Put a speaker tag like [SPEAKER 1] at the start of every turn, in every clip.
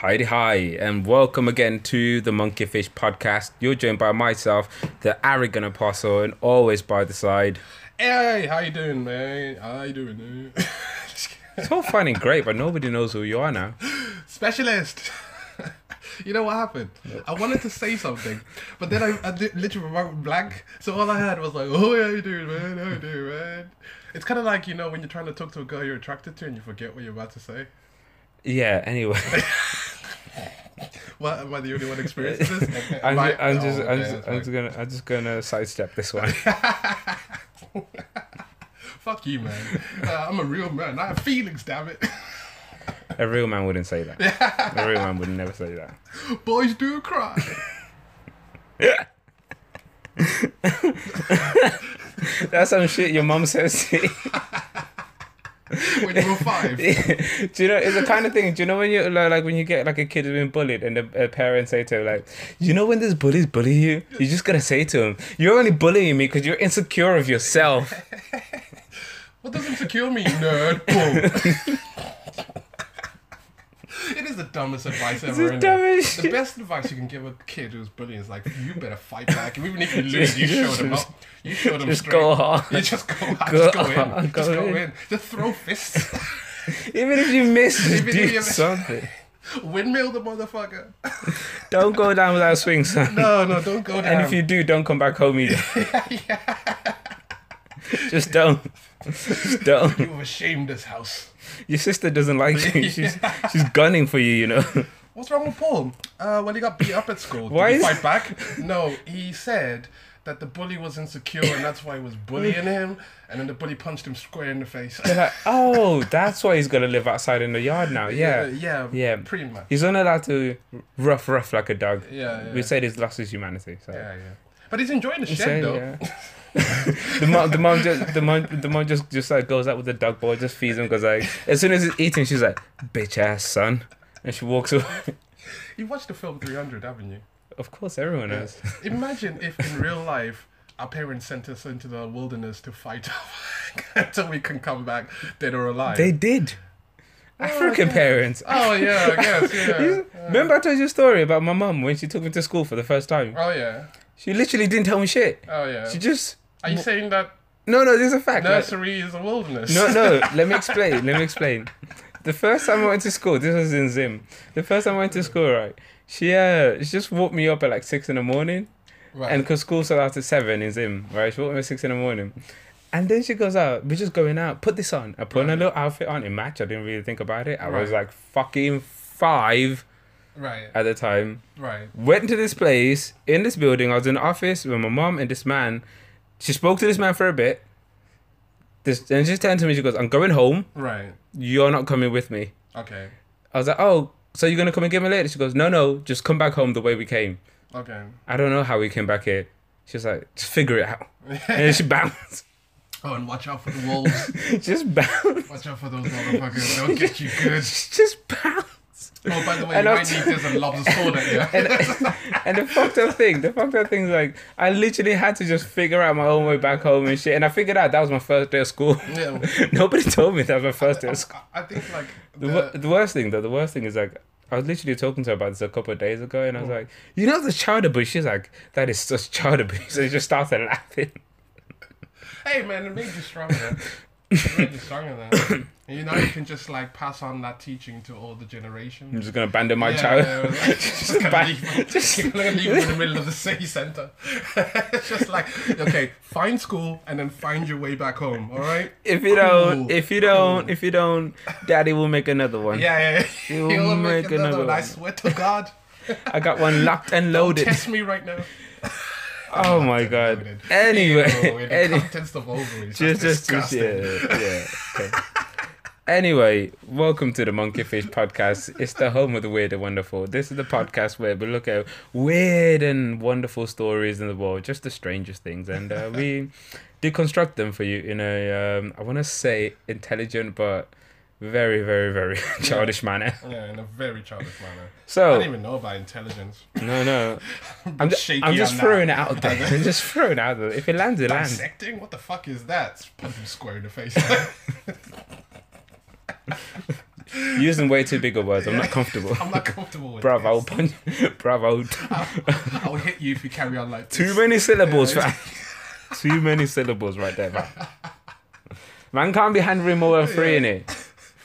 [SPEAKER 1] Heidi Hi, and welcome again to the Monkeyfish podcast. You're joined by myself, the arrogant apostle, and always by the side.
[SPEAKER 2] Hey, how you doing, man? How you doing? eh?
[SPEAKER 1] It's all fine and great, but nobody knows who you are now.
[SPEAKER 2] Specialist. you know what happened? I wanted to say something, but then I, I li- literally went blank. So all I had was like, "Oh, how you doing, man? How you doing, man?" It's kind of like you know when you're trying to talk to a girl you're attracted to and you forget what you're about to say.
[SPEAKER 1] Yeah, anyway.
[SPEAKER 2] What am I the only one experiencing this? Okay,
[SPEAKER 1] I'm,
[SPEAKER 2] my-
[SPEAKER 1] I'm
[SPEAKER 2] oh,
[SPEAKER 1] just,
[SPEAKER 2] okay,
[SPEAKER 1] I'm, just,
[SPEAKER 2] that's
[SPEAKER 1] I'm
[SPEAKER 2] fine.
[SPEAKER 1] just gonna, I'm just gonna sidestep this one.
[SPEAKER 2] Fuck you, man. Uh, I'm a real man. I have feelings, damn it.
[SPEAKER 1] A real man wouldn't say that. A real man would never say that.
[SPEAKER 2] Boys do cry.
[SPEAKER 1] That's some shit your mum says. to you.
[SPEAKER 2] when you were five.
[SPEAKER 1] do you know it's the kind of thing do you know when you like, like when you get like a kid who's been bullied and the uh, parents say to him like you know when this bullies bully you you just gotta say to him you're only bullying me because you're insecure of yourself
[SPEAKER 2] What does insecure mean, nerd? Boom. it is the dumbest advice ever.
[SPEAKER 1] the
[SPEAKER 2] isn't it?
[SPEAKER 1] dumbest
[SPEAKER 2] The
[SPEAKER 1] shit.
[SPEAKER 2] best advice you can give a kid who's bullying is like, you better fight back. Even if you lose, you show them up. You show them
[SPEAKER 1] just
[SPEAKER 2] straight.
[SPEAKER 1] go hard.
[SPEAKER 2] You just go hard.
[SPEAKER 1] Go
[SPEAKER 2] just go in.
[SPEAKER 1] hard,
[SPEAKER 2] just
[SPEAKER 1] go
[SPEAKER 2] go
[SPEAKER 1] in.
[SPEAKER 2] in. Just throw fists.
[SPEAKER 1] even if you miss just
[SPEAKER 2] Even if
[SPEAKER 1] do
[SPEAKER 2] you miss-
[SPEAKER 1] something
[SPEAKER 2] Windmill the motherfucker.
[SPEAKER 1] don't go down without a swing son
[SPEAKER 2] No, no, don't go down.
[SPEAKER 1] and if you do don't come back home either just don't just don't
[SPEAKER 2] you have ashamed this house.
[SPEAKER 1] your sister doesn't like you she's she's gunning for you you know
[SPEAKER 2] What's wrong with Paul? Uh, well, he got beat up at school. Did
[SPEAKER 1] Why
[SPEAKER 2] he
[SPEAKER 1] is-
[SPEAKER 2] fight back? No, he said that the bully was insecure and that's why he was bullying him. And then the bully punched him square in the face.
[SPEAKER 1] they're like oh that's why he's gonna live outside in the yard now
[SPEAKER 2] Uh, yeah,
[SPEAKER 1] Yeah.
[SPEAKER 2] pretty much.
[SPEAKER 1] He's not allowed to rough, rough like a dog.
[SPEAKER 2] Yeah, yeah.
[SPEAKER 1] We said he's lost his humanity. So.
[SPEAKER 2] Yeah, yeah. But he's enjoying the
[SPEAKER 1] So,
[SPEAKER 2] shed though.
[SPEAKER 1] yeah. the mom, the mom, just, the mom, the mom just, just like goes out with the dog boy, just feeds him because like as soon as he's eating, she's like, "Bitch ass son," and she walks away.
[SPEAKER 2] You watched the film 300, haven't you?
[SPEAKER 1] Of course, everyone knows.
[SPEAKER 2] Imagine if in real life our parents sent us into the wilderness to fight until we can come back dead or alive.
[SPEAKER 1] They did. African parents.
[SPEAKER 2] Oh yeah, Oh, I guess yeah.
[SPEAKER 1] You- Remember I told you a story about my mum when she took me to school for the first time.
[SPEAKER 2] Oh yeah,
[SPEAKER 1] She literally didn't tell me shit.
[SPEAKER 2] oh yeah.
[SPEAKER 1] She just
[SPEAKER 2] Are you saying that
[SPEAKER 1] no, no. This is a fact. like-
[SPEAKER 2] nursery is a wilderness?
[SPEAKER 1] No, no. Let me explain. Let me explain. The first time I went to school, this was in Zim. The first time I went to school, right? She uh, she just woke me up at like six in the morning,
[SPEAKER 2] Right.
[SPEAKER 1] and because school started at seven in Zim, right? She woke me up at six in the morning, and then she goes out. We're just going out. Put this on. I put on a little outfit on. It matched. I didn't really think about it. I was
[SPEAKER 2] Right.
[SPEAKER 1] like fucking five
[SPEAKER 2] Right,
[SPEAKER 1] at the time.
[SPEAKER 2] right.
[SPEAKER 1] Went to this place in this building. I was in the office with my mom and this man. She spoke to this man for a bit. This and she just turned to me. She goes, "I'm going home."
[SPEAKER 2] Right.
[SPEAKER 1] you're not coming with me.
[SPEAKER 2] Okay.
[SPEAKER 1] I was like, oh, so you're gonna come and get me later? She goes, no, no, just come back home the way we came.
[SPEAKER 2] Okay.
[SPEAKER 1] I don't know how we came back here. She's like, just figure it out. And then she bounced.
[SPEAKER 2] Oh, and watch out for the wolves.
[SPEAKER 1] just bounced.
[SPEAKER 2] watch out for those motherfuckers. They'll get you good.
[SPEAKER 1] Just bounced.
[SPEAKER 2] Oh, by the way,
[SPEAKER 1] And
[SPEAKER 2] you
[SPEAKER 1] I'll
[SPEAKER 2] might
[SPEAKER 1] t-
[SPEAKER 2] need this and lobster sword at you.
[SPEAKER 1] And, and the fucked up thing, the fucked up thing is like, I literally had to just figure out my own way back home and shit. And I figured out that was my first day of school.
[SPEAKER 2] Yeah.
[SPEAKER 1] Nobody told me that was my first day of school.
[SPEAKER 2] I think like
[SPEAKER 1] The, wor- the worst thing though, the worst thing is like I was literally talking to her about this a couple of days ago, and I was like, "You know the child abuse?" She's like, "That is such child abuse." And she just started laughing.
[SPEAKER 2] hey man, it made you stronger. It made you stronger then. And you know you can just like pass on that teaching to all the
[SPEAKER 1] I'm
[SPEAKER 2] generations.
[SPEAKER 1] just gonna abandon my
[SPEAKER 2] Yeah,
[SPEAKER 1] child.
[SPEAKER 2] yeah, yeah. just gonna
[SPEAKER 1] Bang.
[SPEAKER 2] leave, them- you're gonna leave them in the middle of the city center. it's just like, okay, find school and then find your way back home. All right?
[SPEAKER 1] If you don't,
[SPEAKER 2] Cool,
[SPEAKER 1] if you don't, if you don't, Daddy will make another one.
[SPEAKER 2] Yeah, yeah. yeah.
[SPEAKER 1] You'll
[SPEAKER 2] You'll make
[SPEAKER 1] make
[SPEAKER 2] another,
[SPEAKER 1] another
[SPEAKER 2] one. I
[SPEAKER 1] one.
[SPEAKER 2] swear to God.
[SPEAKER 1] I got one locked and loaded.
[SPEAKER 2] Test me right now.
[SPEAKER 1] Oh my god.
[SPEAKER 2] Loaded.
[SPEAKER 1] Anyway,
[SPEAKER 2] Oh, in the
[SPEAKER 1] any,
[SPEAKER 2] contents of ovaries.
[SPEAKER 1] just,
[SPEAKER 2] That's
[SPEAKER 1] just, just,
[SPEAKER 2] disgusting.
[SPEAKER 1] yeah, yeah. Okay. Anyway, welcome to the Monkeyfish Podcast. It's the home of the weird and wonderful. This is the podcast where we look at weird and wonderful stories in the world, just the strangest things, and uh, we deconstruct them for you in a, um, I want to say, intelligent but very, very, very childish manner.
[SPEAKER 2] Yeah, in a very childish manner. I don't
[SPEAKER 1] So
[SPEAKER 2] even know about intelligence.
[SPEAKER 1] no, no, I'm, Oh. ju-
[SPEAKER 2] shaky
[SPEAKER 1] I'm just
[SPEAKER 2] on that.
[SPEAKER 1] throwing it out there. I'm just throwing it out there. If it lands, it lands.
[SPEAKER 2] Dissecting? What the fuck is that? Punch him square in the face.
[SPEAKER 1] Using way too big of words. I'm not comfortable.
[SPEAKER 2] I'm not comfortable with
[SPEAKER 1] Bruv,
[SPEAKER 2] this.
[SPEAKER 1] I'll punch. Bruv, I'll
[SPEAKER 2] I'll, I'll hit you if you carry on like
[SPEAKER 1] Too
[SPEAKER 2] this.
[SPEAKER 1] many syllables, fam. Too many syllables right there, man. Man can't be handling more than three in it.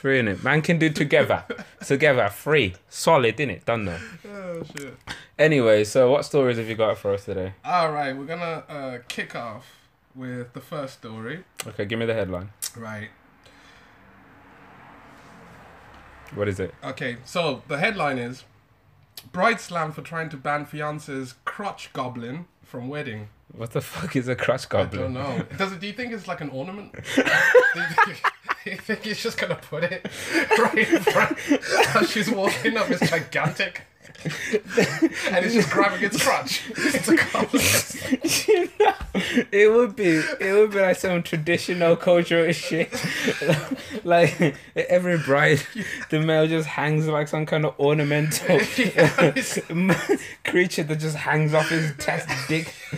[SPEAKER 1] Three in it. Man can do together. Together, three. Solid, innit? Done though.
[SPEAKER 2] Oh, shit.
[SPEAKER 1] Anyway, so what stories have you got for us today?
[SPEAKER 2] All right, we're gonna uh, kick off with the first story.
[SPEAKER 1] Okay, give me the headline.
[SPEAKER 2] Right.
[SPEAKER 1] What is it?
[SPEAKER 2] Okay. So the headline is: Bride slammed for trying to ban fiance's crotch goblin from wedding.
[SPEAKER 1] What the fuck is a crush
[SPEAKER 2] I
[SPEAKER 1] goblin?
[SPEAKER 2] don't know. Does it? Do you think it's like an ornament? do, you think, do you think he's just gonna put it right in front as she's walking up? It's gigantic. and it's just grabbing its crotch. It's a goblin.
[SPEAKER 1] it would be it would be like some traditional cultural shit. like every bride, the male just hangs like some kind of ornamental
[SPEAKER 2] Yeah, it's-
[SPEAKER 1] creature that just hangs off his chest dick.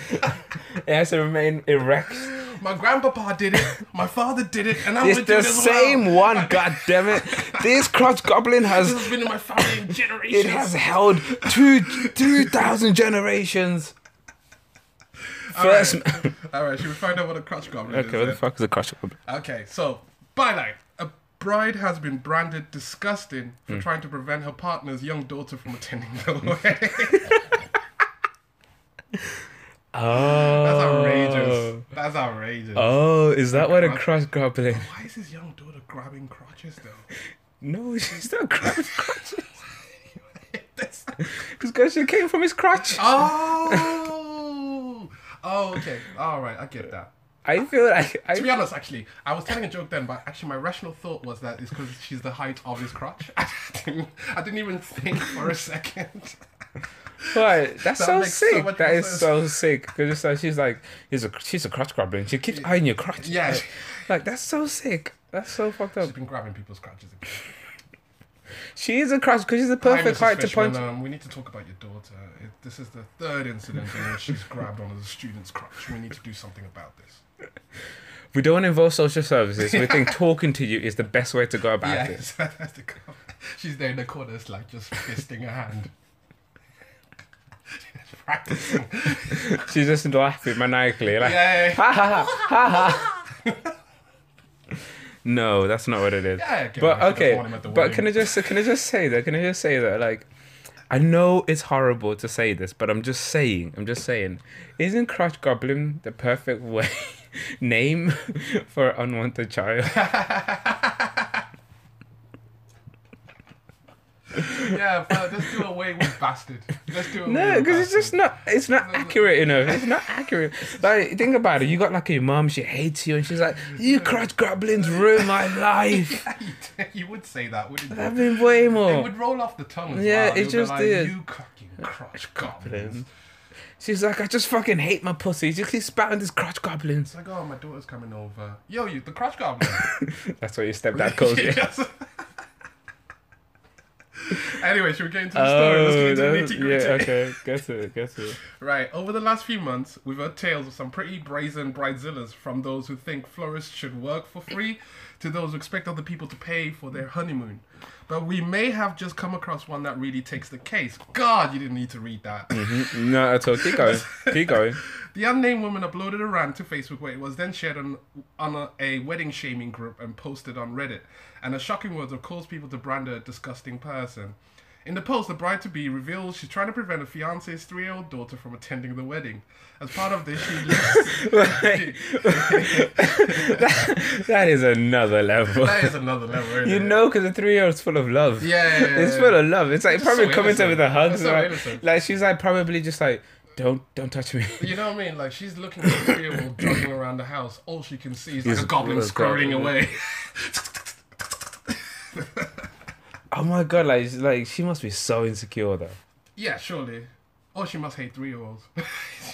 [SPEAKER 1] it has to remain erect.
[SPEAKER 2] My grandpapa did it. My father did it, and I'm
[SPEAKER 1] It's
[SPEAKER 2] gonna do
[SPEAKER 1] the
[SPEAKER 2] it as well.
[SPEAKER 1] same one, god damn it. This crotch goblin
[SPEAKER 2] This
[SPEAKER 1] has
[SPEAKER 2] has been in my family in generations.
[SPEAKER 1] it has held two two thousand generations. First
[SPEAKER 2] All right, should we find out what a crotch goblin
[SPEAKER 1] Okay, what
[SPEAKER 2] is?
[SPEAKER 1] the
[SPEAKER 2] then?
[SPEAKER 1] fuck is a crotch goblin?
[SPEAKER 2] Okay, so byline: A bride has been branded disgusting
[SPEAKER 1] Hmm.
[SPEAKER 2] for trying to prevent her partner's young daughter from attending the wedding.
[SPEAKER 1] Oh
[SPEAKER 2] That's outrageous. That's outrageous.
[SPEAKER 1] Oh, is that what a crotch goblin?
[SPEAKER 2] Why is his young daughter grabbing crotches though?
[SPEAKER 1] No, she's not grabbing crotches. Because she came from his crotch.
[SPEAKER 2] Oh. Oh, okay. All right, I get that.
[SPEAKER 1] I feel like
[SPEAKER 2] To
[SPEAKER 1] I,
[SPEAKER 2] be honest, actually, I was telling a joke then, but actually, my rational thought was that it's because she's the height of his crotch. I didn't, I didn't even think for a second.
[SPEAKER 1] Right, that's
[SPEAKER 2] That
[SPEAKER 1] so
[SPEAKER 2] makes so
[SPEAKER 1] sick.
[SPEAKER 2] much
[SPEAKER 1] that
[SPEAKER 2] more
[SPEAKER 1] is
[SPEAKER 2] sense.
[SPEAKER 1] so sick. Because so she's like, she's a she's a crotch goblin. She keeps eyeing your crotch.
[SPEAKER 2] Yeah,
[SPEAKER 1] Like, like, that's so sick. That's so fucked up.
[SPEAKER 2] she's been grabbing people's crotches. Again.
[SPEAKER 1] She is a crotch because she's the
[SPEAKER 2] Hi,
[SPEAKER 1] perfect
[SPEAKER 2] Mrs.
[SPEAKER 1] height to
[SPEAKER 2] Fishman,
[SPEAKER 1] punch.
[SPEAKER 2] Um, we need to talk about your daughter. It, this is the third incident in which she's grabbed onto the student's crotch. We need to do something about this.
[SPEAKER 1] We don't want to involve social services. We think talking to you is the best way to go about
[SPEAKER 2] yeah,
[SPEAKER 1] it.
[SPEAKER 2] so that's the co- She's there in the corner, it's like just fisting her hand. She's practicing.
[SPEAKER 1] She's just laughing maniacally, like
[SPEAKER 2] Yeah,
[SPEAKER 1] ha ha ha ha. ha." no, that's not what it is.
[SPEAKER 2] Yeah, okay,
[SPEAKER 1] but
[SPEAKER 2] well, she doesn't
[SPEAKER 1] okay,
[SPEAKER 2] want him at the
[SPEAKER 1] but
[SPEAKER 2] wedding.
[SPEAKER 1] can I just can I just say that? Can I just say that? Like, I know it's horrible to say this, but I'm just saying. I'm just saying. Isn't crotch goblin the perfect way name for unwanted child?
[SPEAKER 2] yeah, but let's do away with bastard. Let's do away
[SPEAKER 1] No,
[SPEAKER 2] with
[SPEAKER 1] because it's
[SPEAKER 2] bastard.
[SPEAKER 1] just not. It's not accurate enough. It's not accurate. Like, think about it. You got like your mom. She hates you, and she's like, "You crotch goblins ruin my life."
[SPEAKER 2] you would say that, wouldn't
[SPEAKER 1] I've
[SPEAKER 2] you?
[SPEAKER 1] been way
[SPEAKER 2] It
[SPEAKER 1] more.
[SPEAKER 2] would roll off the tongue as
[SPEAKER 1] Yeah, it
[SPEAKER 2] well. You'd be
[SPEAKER 1] just
[SPEAKER 2] like,
[SPEAKER 1] did.
[SPEAKER 2] You fucking crotch goblins.
[SPEAKER 1] She's like, I just fucking hate my pussy. She keeps spouting these crotch goblins.
[SPEAKER 2] It's like, oh, my daughter's coming over. Yo, you, the crotch goblin.
[SPEAKER 1] That's what your stepdad calls you.
[SPEAKER 2] Yes. anyway, should we get into the story? Let's get
[SPEAKER 1] Oh,
[SPEAKER 2] into the
[SPEAKER 1] that's,
[SPEAKER 2] nitty
[SPEAKER 1] yeah,
[SPEAKER 2] gritty.
[SPEAKER 1] okay. Guess it, guess it.
[SPEAKER 2] Right, over the last few months, we've heard tales of some pretty brazen bridezillas from those who think florists should work for free to those who expect other people to pay for their honeymoon. But we may have just come across one that really takes the case. God, you didn't need to read that.
[SPEAKER 1] Mm-hmm. No, at all. Keep going. Keep going.
[SPEAKER 2] The unnamed woman uploaded a rant to Facebook where it was then shared on, on a, a wedding shaming group and posted on Reddit. And her shocking words have caused people to brand her a disgusting person. In the post, the bride to be reveals she's trying to prevent her fiance's three year old daughter from attending the wedding. As part of this, she lists.
[SPEAKER 1] That is another level.
[SPEAKER 2] that is another level. isn't
[SPEAKER 1] You
[SPEAKER 2] it?
[SPEAKER 1] know, because the three year old's full of love.
[SPEAKER 2] Yeah, yeah, yeah,
[SPEAKER 1] It's
[SPEAKER 2] yeah.
[SPEAKER 1] full of love. It's like
[SPEAKER 2] It's
[SPEAKER 1] probably
[SPEAKER 2] so
[SPEAKER 1] coming to her with a hug.
[SPEAKER 2] innocent. It's so
[SPEAKER 1] like-
[SPEAKER 2] innocent.
[SPEAKER 1] like she's like probably just like, don't don't touch me.
[SPEAKER 2] You know what I mean? Like she's looking at the three year old jogging around the house. All she can see is like
[SPEAKER 1] He's
[SPEAKER 2] a goblin
[SPEAKER 1] a
[SPEAKER 2] scurrying
[SPEAKER 1] goblin.
[SPEAKER 2] away.
[SPEAKER 1] Oh my god, like she's- like she must be so insecure though.
[SPEAKER 2] yeah, surely. Or she must hate three year olds.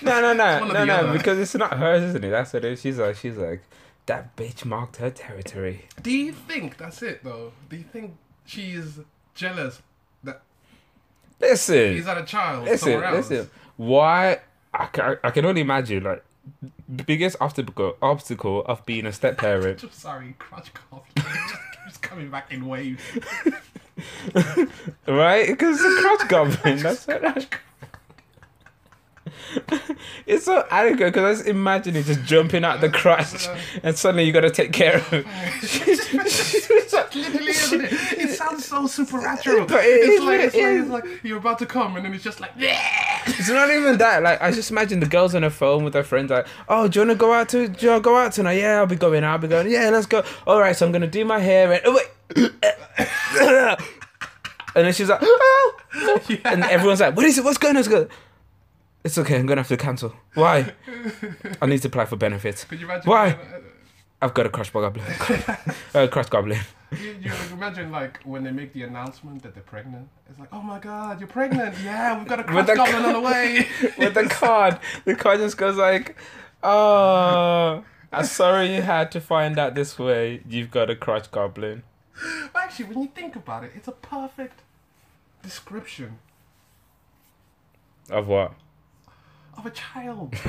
[SPEAKER 1] No, no, no,
[SPEAKER 2] one or
[SPEAKER 1] no,
[SPEAKER 2] the
[SPEAKER 1] no,
[SPEAKER 2] other.
[SPEAKER 1] because it's not hers, isn't it? That's what it is. She's like, she's like, that bitch marked her territory.
[SPEAKER 2] Do you think that's it though? Do you think she's jealous that
[SPEAKER 1] Listen,
[SPEAKER 2] he's had a child
[SPEAKER 1] listen,
[SPEAKER 2] somewhere else?
[SPEAKER 1] listen. Why? I can, I can only imagine, like, the biggest obstacle obstacle of being a step parent.
[SPEAKER 2] Just sorry, crutch cough. It just keeps coming back in waves.
[SPEAKER 1] Right? Because it's a crotch goblin. That's so It's so adequate because I just imagine it just jumping out the crotch and suddenly you got to take care of it.
[SPEAKER 2] Literally, isn't it? It sounds so supernatural.
[SPEAKER 1] But it
[SPEAKER 2] it's
[SPEAKER 1] is,
[SPEAKER 2] like
[SPEAKER 1] it
[SPEAKER 2] it's, like
[SPEAKER 1] is.
[SPEAKER 2] it's like you're about to come, and then it's just like.
[SPEAKER 1] It's not even that. Like I just imagine the girls on the phone with their friends, like, "Oh, do you want to go out to? Do you want to go out tonight? Yeah, I'll be going. I'll be going. Yeah, let's go. All right, so I'm gonna do my hair and oh wait." and then she's like, "Oh," and everyone's like, "What is it? What's going on?" It's good. It's okay. I'm gonna have to cancel. Why? I need to apply for benefits.
[SPEAKER 2] Could you imagine? uh,
[SPEAKER 1] Why? I've got a crush goblin. uh, crush goblin.
[SPEAKER 2] You, you imagine like when they make the announcement that they're pregnant. It's like, oh my god, you're pregnant! Yeah, we've got a
[SPEAKER 1] With
[SPEAKER 2] crutch
[SPEAKER 1] the
[SPEAKER 2] goblin on the way.
[SPEAKER 1] with the card. The card just goes like, "Oh, I'm sorry you had to find out this way. You've got a crotch goblin."
[SPEAKER 2] But actually, when you think about it, it's a perfect description
[SPEAKER 1] Of what?
[SPEAKER 2] of a child.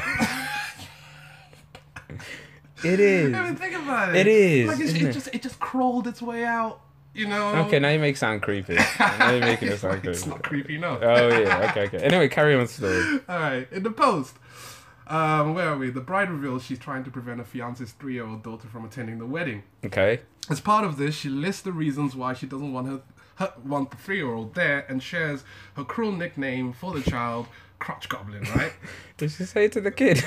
[SPEAKER 1] It is.
[SPEAKER 2] I mean, think about
[SPEAKER 1] It
[SPEAKER 2] it.
[SPEAKER 1] is,
[SPEAKER 2] Like it's,
[SPEAKER 1] isn't
[SPEAKER 2] it
[SPEAKER 1] it?
[SPEAKER 2] just it just crawled its way out. You know.
[SPEAKER 1] Okay, now you make sound creepy. Now you're making it
[SPEAKER 2] it's,
[SPEAKER 1] sound
[SPEAKER 2] like, it's
[SPEAKER 1] creepy.
[SPEAKER 2] not creepy enough.
[SPEAKER 1] Oh yeah. Okay. Okay. Anyway, carry on story.
[SPEAKER 2] All right. In the post. Um, where are we? The bride reveals she's trying to prevent her fiance's three-year-old daughter from attending the wedding.
[SPEAKER 1] Okay.
[SPEAKER 2] As part of this, she lists the reasons why she doesn't want her, her want the three-year-old there, and shares her cruel nickname for the child, Crotch Goblin. Right?
[SPEAKER 1] Did she say to the kid?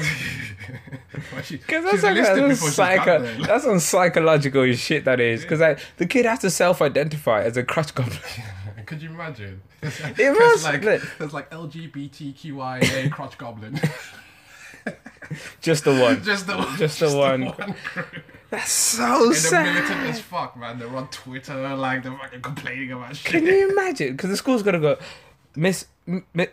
[SPEAKER 2] Why she,
[SPEAKER 1] Because that's
[SPEAKER 2] she's
[SPEAKER 1] like
[SPEAKER 2] listed
[SPEAKER 1] that's
[SPEAKER 2] before she's got
[SPEAKER 1] psycho.
[SPEAKER 2] there.
[SPEAKER 1] That's some psychological shit. That is because like the kid has to self-identify as a crotch goblin.
[SPEAKER 2] Could you imagine?
[SPEAKER 1] It
[SPEAKER 2] There's
[SPEAKER 1] must,
[SPEAKER 2] like,
[SPEAKER 1] look.
[SPEAKER 2] there's like LGBTQIA crotch goblin.
[SPEAKER 1] Just the one.
[SPEAKER 2] just the one.
[SPEAKER 1] Just the one.
[SPEAKER 2] crew.
[SPEAKER 1] That's so
[SPEAKER 2] And
[SPEAKER 1] sad.
[SPEAKER 2] they're militant as fuck, man. They're on Twitter, like they're fucking complaining about
[SPEAKER 1] Can
[SPEAKER 2] shit.
[SPEAKER 1] you imagine? Because the school's gonna go, Miss, M- Mi-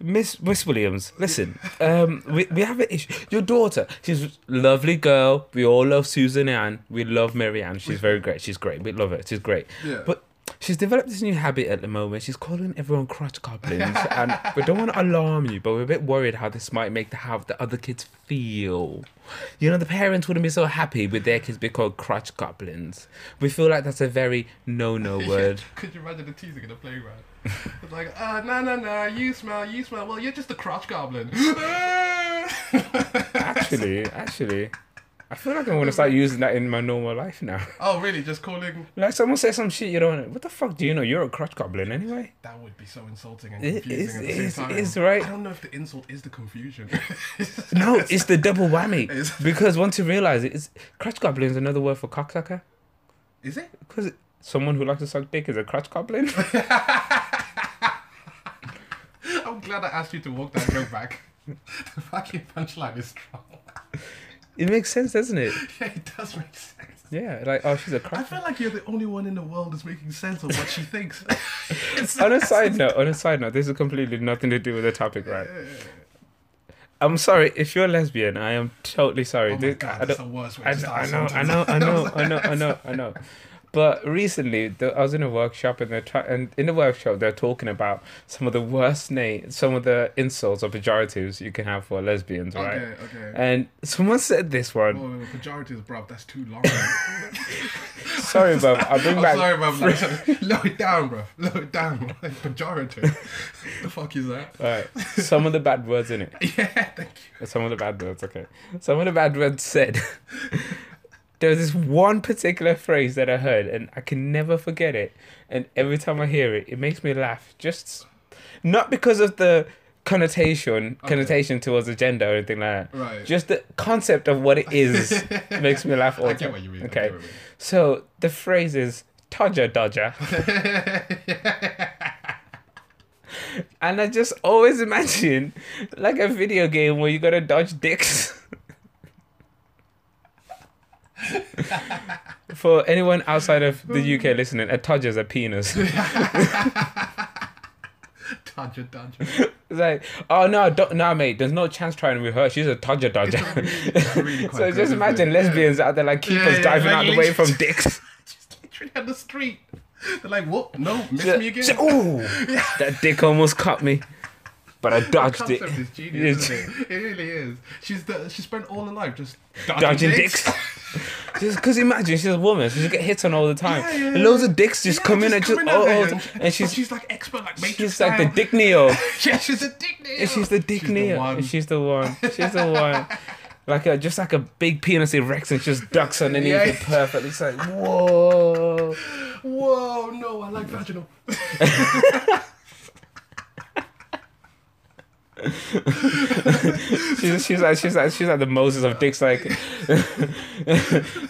[SPEAKER 1] Miss Miss Williams. Listen, um, we we have an issue. Your daughter, she's a lovely girl. We all love Susan Ann. We love Mary Ann. She's very great. She's great. We love her. She's great.
[SPEAKER 2] Yeah.
[SPEAKER 1] But she's developed this new habit at the moment. She's calling everyone crotch goblins, and we don't want to alarm you, but we're a bit worried how this might make the how the other kids feel. You know, the parents wouldn't be so happy with their kids being called crotch goblins. We feel like that's a very no-no word.
[SPEAKER 2] Could you imagine the teasing in the playground? It's like, uh, no, no, no, you smell, you smell. Well, you're just a crotch goblin.
[SPEAKER 1] Actually, actually, I feel like I want to start using that in my normal life now.
[SPEAKER 2] oh, really? Just calling?
[SPEAKER 1] Like someone says some shit, you don't. What the fuck do you know? You're a crotch goblin anyway.
[SPEAKER 2] That would be so insulting and
[SPEAKER 1] It
[SPEAKER 2] confusing
[SPEAKER 1] is-
[SPEAKER 2] at the
[SPEAKER 1] it
[SPEAKER 2] same
[SPEAKER 1] is-
[SPEAKER 2] time.
[SPEAKER 1] it is, right?
[SPEAKER 2] I don't know if the insult is the confusion.
[SPEAKER 1] No, it's the double whammy.
[SPEAKER 2] It's-
[SPEAKER 1] Because once you realize it, it's crotch goblin is another word for cocksucker.
[SPEAKER 2] is it?
[SPEAKER 1] Because someone who likes to suck dick is a crotch goblin.
[SPEAKER 2] I'm glad I asked you to walk that joke back. the fucking punchline is strong.
[SPEAKER 1] It makes sense, doesn't it?
[SPEAKER 2] yeah, it does make sense.
[SPEAKER 1] Yeah, like oh, she's a
[SPEAKER 2] I
[SPEAKER 1] crotch.
[SPEAKER 2] feel like you're the only one in the world that's making sense of what she thinks.
[SPEAKER 1] on a side note, on a side note, this is completely nothing to do with the topic, right? I'm sorry if you're lesbian. I am totally sorry.
[SPEAKER 2] oh my
[SPEAKER 1] This-
[SPEAKER 2] god,
[SPEAKER 1] I
[SPEAKER 2] that's
[SPEAKER 1] don't-
[SPEAKER 2] the worst way
[SPEAKER 1] I,
[SPEAKER 2] to
[SPEAKER 1] kn-
[SPEAKER 2] start
[SPEAKER 1] I know, I
[SPEAKER 2] sometimes.
[SPEAKER 1] know, I know, I know, I know, I know. But recently, the, I was in a workshop, and they're try- and in the workshop they're talking about some of the worst name, some of the insults or pejoratives you can have for lesbians, right? Um,
[SPEAKER 2] Okay, okay.
[SPEAKER 1] And someone said this one.
[SPEAKER 2] Oh, pejoratives, bruv, that's too long.
[SPEAKER 1] Sorry, bub. I'll bring
[SPEAKER 2] I'm
[SPEAKER 1] back.
[SPEAKER 2] Oh, sorry, bruv. Like, sorry. Low it down, bruv. Low it down. Like, pejorative. the fuck is that?
[SPEAKER 1] Alright, some of the bad words in it.
[SPEAKER 2] Yeah, thank you.
[SPEAKER 1] Some of the bad words, okay. Some of the bad words said. there was this one particular phrase that I heard, and I can never forget it. And every time I hear it, it makes me laugh. Just not because of the connotation, connotation towards the gender or anything like that.
[SPEAKER 2] Right.
[SPEAKER 1] Just the concept of what it is makes me laugh all
[SPEAKER 2] I
[SPEAKER 1] the
[SPEAKER 2] get
[SPEAKER 1] time.
[SPEAKER 2] what you mean. I
[SPEAKER 1] Okay.
[SPEAKER 2] get what you mean.
[SPEAKER 1] So the phrase is Dodger Dodger. and I just always imagine like a video game where you gotta dodge dicks. For anyone outside of the UK listening, a Dodger is a penis. It's
[SPEAKER 2] Dodger, dodger.
[SPEAKER 1] like, oh no, do- no, mate, there's no chance trying with her. She's a Dodger Dodger.
[SPEAKER 2] It's really- it's really quite
[SPEAKER 1] so
[SPEAKER 2] good,
[SPEAKER 1] just
[SPEAKER 2] isn't
[SPEAKER 1] imagine
[SPEAKER 2] it?
[SPEAKER 1] lesbians out there like keepers
[SPEAKER 2] yeah,
[SPEAKER 1] diving
[SPEAKER 2] like
[SPEAKER 1] out the way from
[SPEAKER 2] literally-
[SPEAKER 1] dicks.
[SPEAKER 2] Just literally on the street. They're like, whoop, no, miss me again.
[SPEAKER 1] Oh, that dick almost caught me. but I dodged
[SPEAKER 2] concept
[SPEAKER 1] it.
[SPEAKER 2] is genius,
[SPEAKER 1] Yes.
[SPEAKER 2] isn't it? It really is. She's the, she spent all her life just dodging,
[SPEAKER 1] Dodging
[SPEAKER 2] dicks.
[SPEAKER 1] dicks. Because imagine she's a woman, so she get hits on all the time.
[SPEAKER 2] Yeah, yeah,
[SPEAKER 1] And loads
[SPEAKER 2] yeah.
[SPEAKER 1] of dicks just
[SPEAKER 2] Yeah,
[SPEAKER 1] come in and
[SPEAKER 2] come
[SPEAKER 1] just
[SPEAKER 2] at
[SPEAKER 1] all,
[SPEAKER 2] her
[SPEAKER 1] all
[SPEAKER 2] and,
[SPEAKER 1] the-
[SPEAKER 2] she-
[SPEAKER 1] Oh, and
[SPEAKER 2] but
[SPEAKER 1] she's
[SPEAKER 2] she's like expert, like matrix.
[SPEAKER 1] she's like the
[SPEAKER 2] style.
[SPEAKER 1] dick neo.
[SPEAKER 2] Yeah, she's a dick nail.
[SPEAKER 1] And she's the dick
[SPEAKER 2] She's the
[SPEAKER 1] neo.
[SPEAKER 2] one.
[SPEAKER 1] and she's the one. She's the one. Like a, just like a big penis erects and just ducks underneath
[SPEAKER 2] Yeah.
[SPEAKER 1] it perfectly. It's like whoa.
[SPEAKER 2] Whoa, no, I like vaginal.
[SPEAKER 1] She's, she's like she's like she's like the Moses of dicks. Like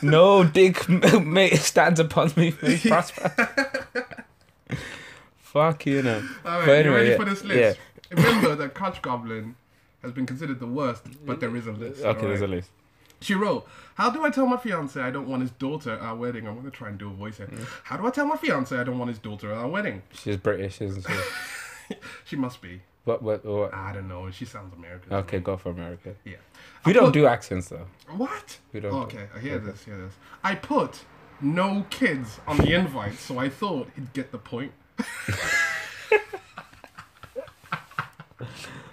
[SPEAKER 1] no dick m- ma- stands upon me. may prosper. Fuck you know.
[SPEAKER 2] All right,
[SPEAKER 1] But anyway,
[SPEAKER 2] you ready
[SPEAKER 1] yeah,
[SPEAKER 2] for this list? Remember that Couch Goblin has been considered the worst, but there is a list.
[SPEAKER 1] Okay, there's a
[SPEAKER 2] alright?
[SPEAKER 1] list.
[SPEAKER 2] She wrote, "How do I tell my fiance I don't want his daughter at our wedding?" I'm gonna try and do a voice here.
[SPEAKER 1] Mm.
[SPEAKER 2] How do I tell my fiance I don't want his daughter at our wedding?
[SPEAKER 1] She's British, isn't she?
[SPEAKER 2] She must be.
[SPEAKER 1] What what what?
[SPEAKER 2] I don't know. She sounds American. to
[SPEAKER 1] Okay,
[SPEAKER 2] me.
[SPEAKER 1] go for America.
[SPEAKER 2] Yeah.
[SPEAKER 1] We
[SPEAKER 2] I
[SPEAKER 1] don't
[SPEAKER 2] put-
[SPEAKER 1] do accents though.
[SPEAKER 2] What?
[SPEAKER 1] We don't do-
[SPEAKER 2] okay, I hear this. Hear this. I put no kids on the invite, so I thought he'd get the point.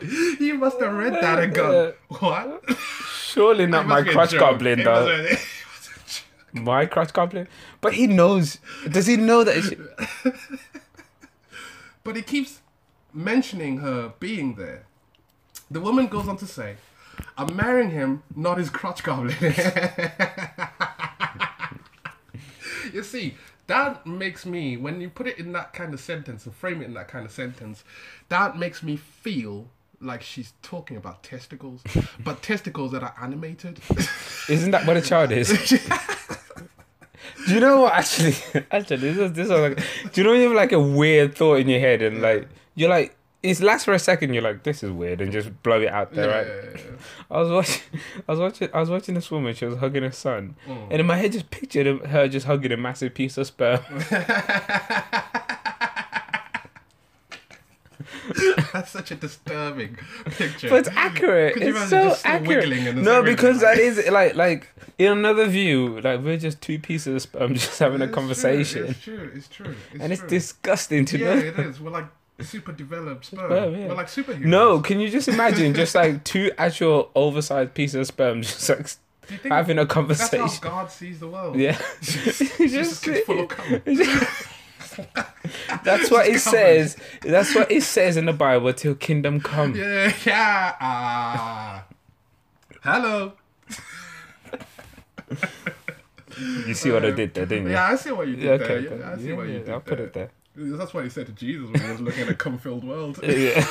[SPEAKER 2] you must have read that and gone, what?
[SPEAKER 1] Surely not
[SPEAKER 2] It
[SPEAKER 1] Oh my
[SPEAKER 2] must be a
[SPEAKER 1] crotch
[SPEAKER 2] joke.
[SPEAKER 1] goblin
[SPEAKER 2] It
[SPEAKER 1] though.
[SPEAKER 2] must be- it was
[SPEAKER 1] My crotch goblin. But he knows. Does he know that? It's...
[SPEAKER 2] a- But he keeps mentioning her being there. The woman goes on to say, I'm marrying him, not his crotch goblin. you see, that makes me, when you put it in that kind of sentence and frame it in that kind of sentence, that makes me feel like she's talking about testicles, but testicles that are animated.
[SPEAKER 1] Isn't that what a child is? do you know what? Actually, actually, this is this is like. Do you know when you have like a weird thought in your head and like you're like it lasts for a second. You're like this is weird and just blow it out there, right? I was watching, I was watching, I was watching this woman. She was hugging her son,
[SPEAKER 2] Mm.
[SPEAKER 1] and in my head, just pictured him- her just hugging a massive piece of sperm.
[SPEAKER 2] That's such a disturbing picture.
[SPEAKER 1] but it's accurate.
[SPEAKER 2] Could you
[SPEAKER 1] It's
[SPEAKER 2] imagine
[SPEAKER 1] so
[SPEAKER 2] just sort of
[SPEAKER 1] accurate.
[SPEAKER 2] wiggling and
[SPEAKER 1] No,
[SPEAKER 2] everything,
[SPEAKER 1] because
[SPEAKER 2] like-
[SPEAKER 1] that is like like in another view, like we're just two pieces of sperm just having a
[SPEAKER 2] It's
[SPEAKER 1] conversation,
[SPEAKER 2] True, it's true. It's true. It's
[SPEAKER 1] and it's
[SPEAKER 2] true.
[SPEAKER 1] disgusting to
[SPEAKER 2] Yeah,
[SPEAKER 1] know.
[SPEAKER 2] it is. We're like super developed sperm.
[SPEAKER 1] Sperm, yeah.
[SPEAKER 2] We're like superhumans.
[SPEAKER 1] No, can you just imagine just like two actual oversized pieces of sperm just like s-
[SPEAKER 2] Do you think
[SPEAKER 1] having a
[SPEAKER 2] that's how
[SPEAKER 1] conversation?
[SPEAKER 2] God sees the world?
[SPEAKER 1] Yeah,
[SPEAKER 2] Just
[SPEAKER 1] just
[SPEAKER 2] a kid full of cum.
[SPEAKER 1] that's what it
[SPEAKER 2] Just covered.
[SPEAKER 1] says. That's what it says in the Bible. Till kingdom come.
[SPEAKER 2] Yeah, yeah. ah. hello.
[SPEAKER 1] You see what I did there, didn't you?
[SPEAKER 2] Yeah, I see what you did
[SPEAKER 1] Yeah, okay.
[SPEAKER 2] there.
[SPEAKER 1] okay.
[SPEAKER 2] Yeah, I see
[SPEAKER 1] Yeah,
[SPEAKER 2] what you
[SPEAKER 1] yeah,
[SPEAKER 2] did
[SPEAKER 1] I'll
[SPEAKER 2] there.
[SPEAKER 1] put it there.
[SPEAKER 2] That's what he said to Jesus when he was looking at a cum-filled world.
[SPEAKER 1] Yeah.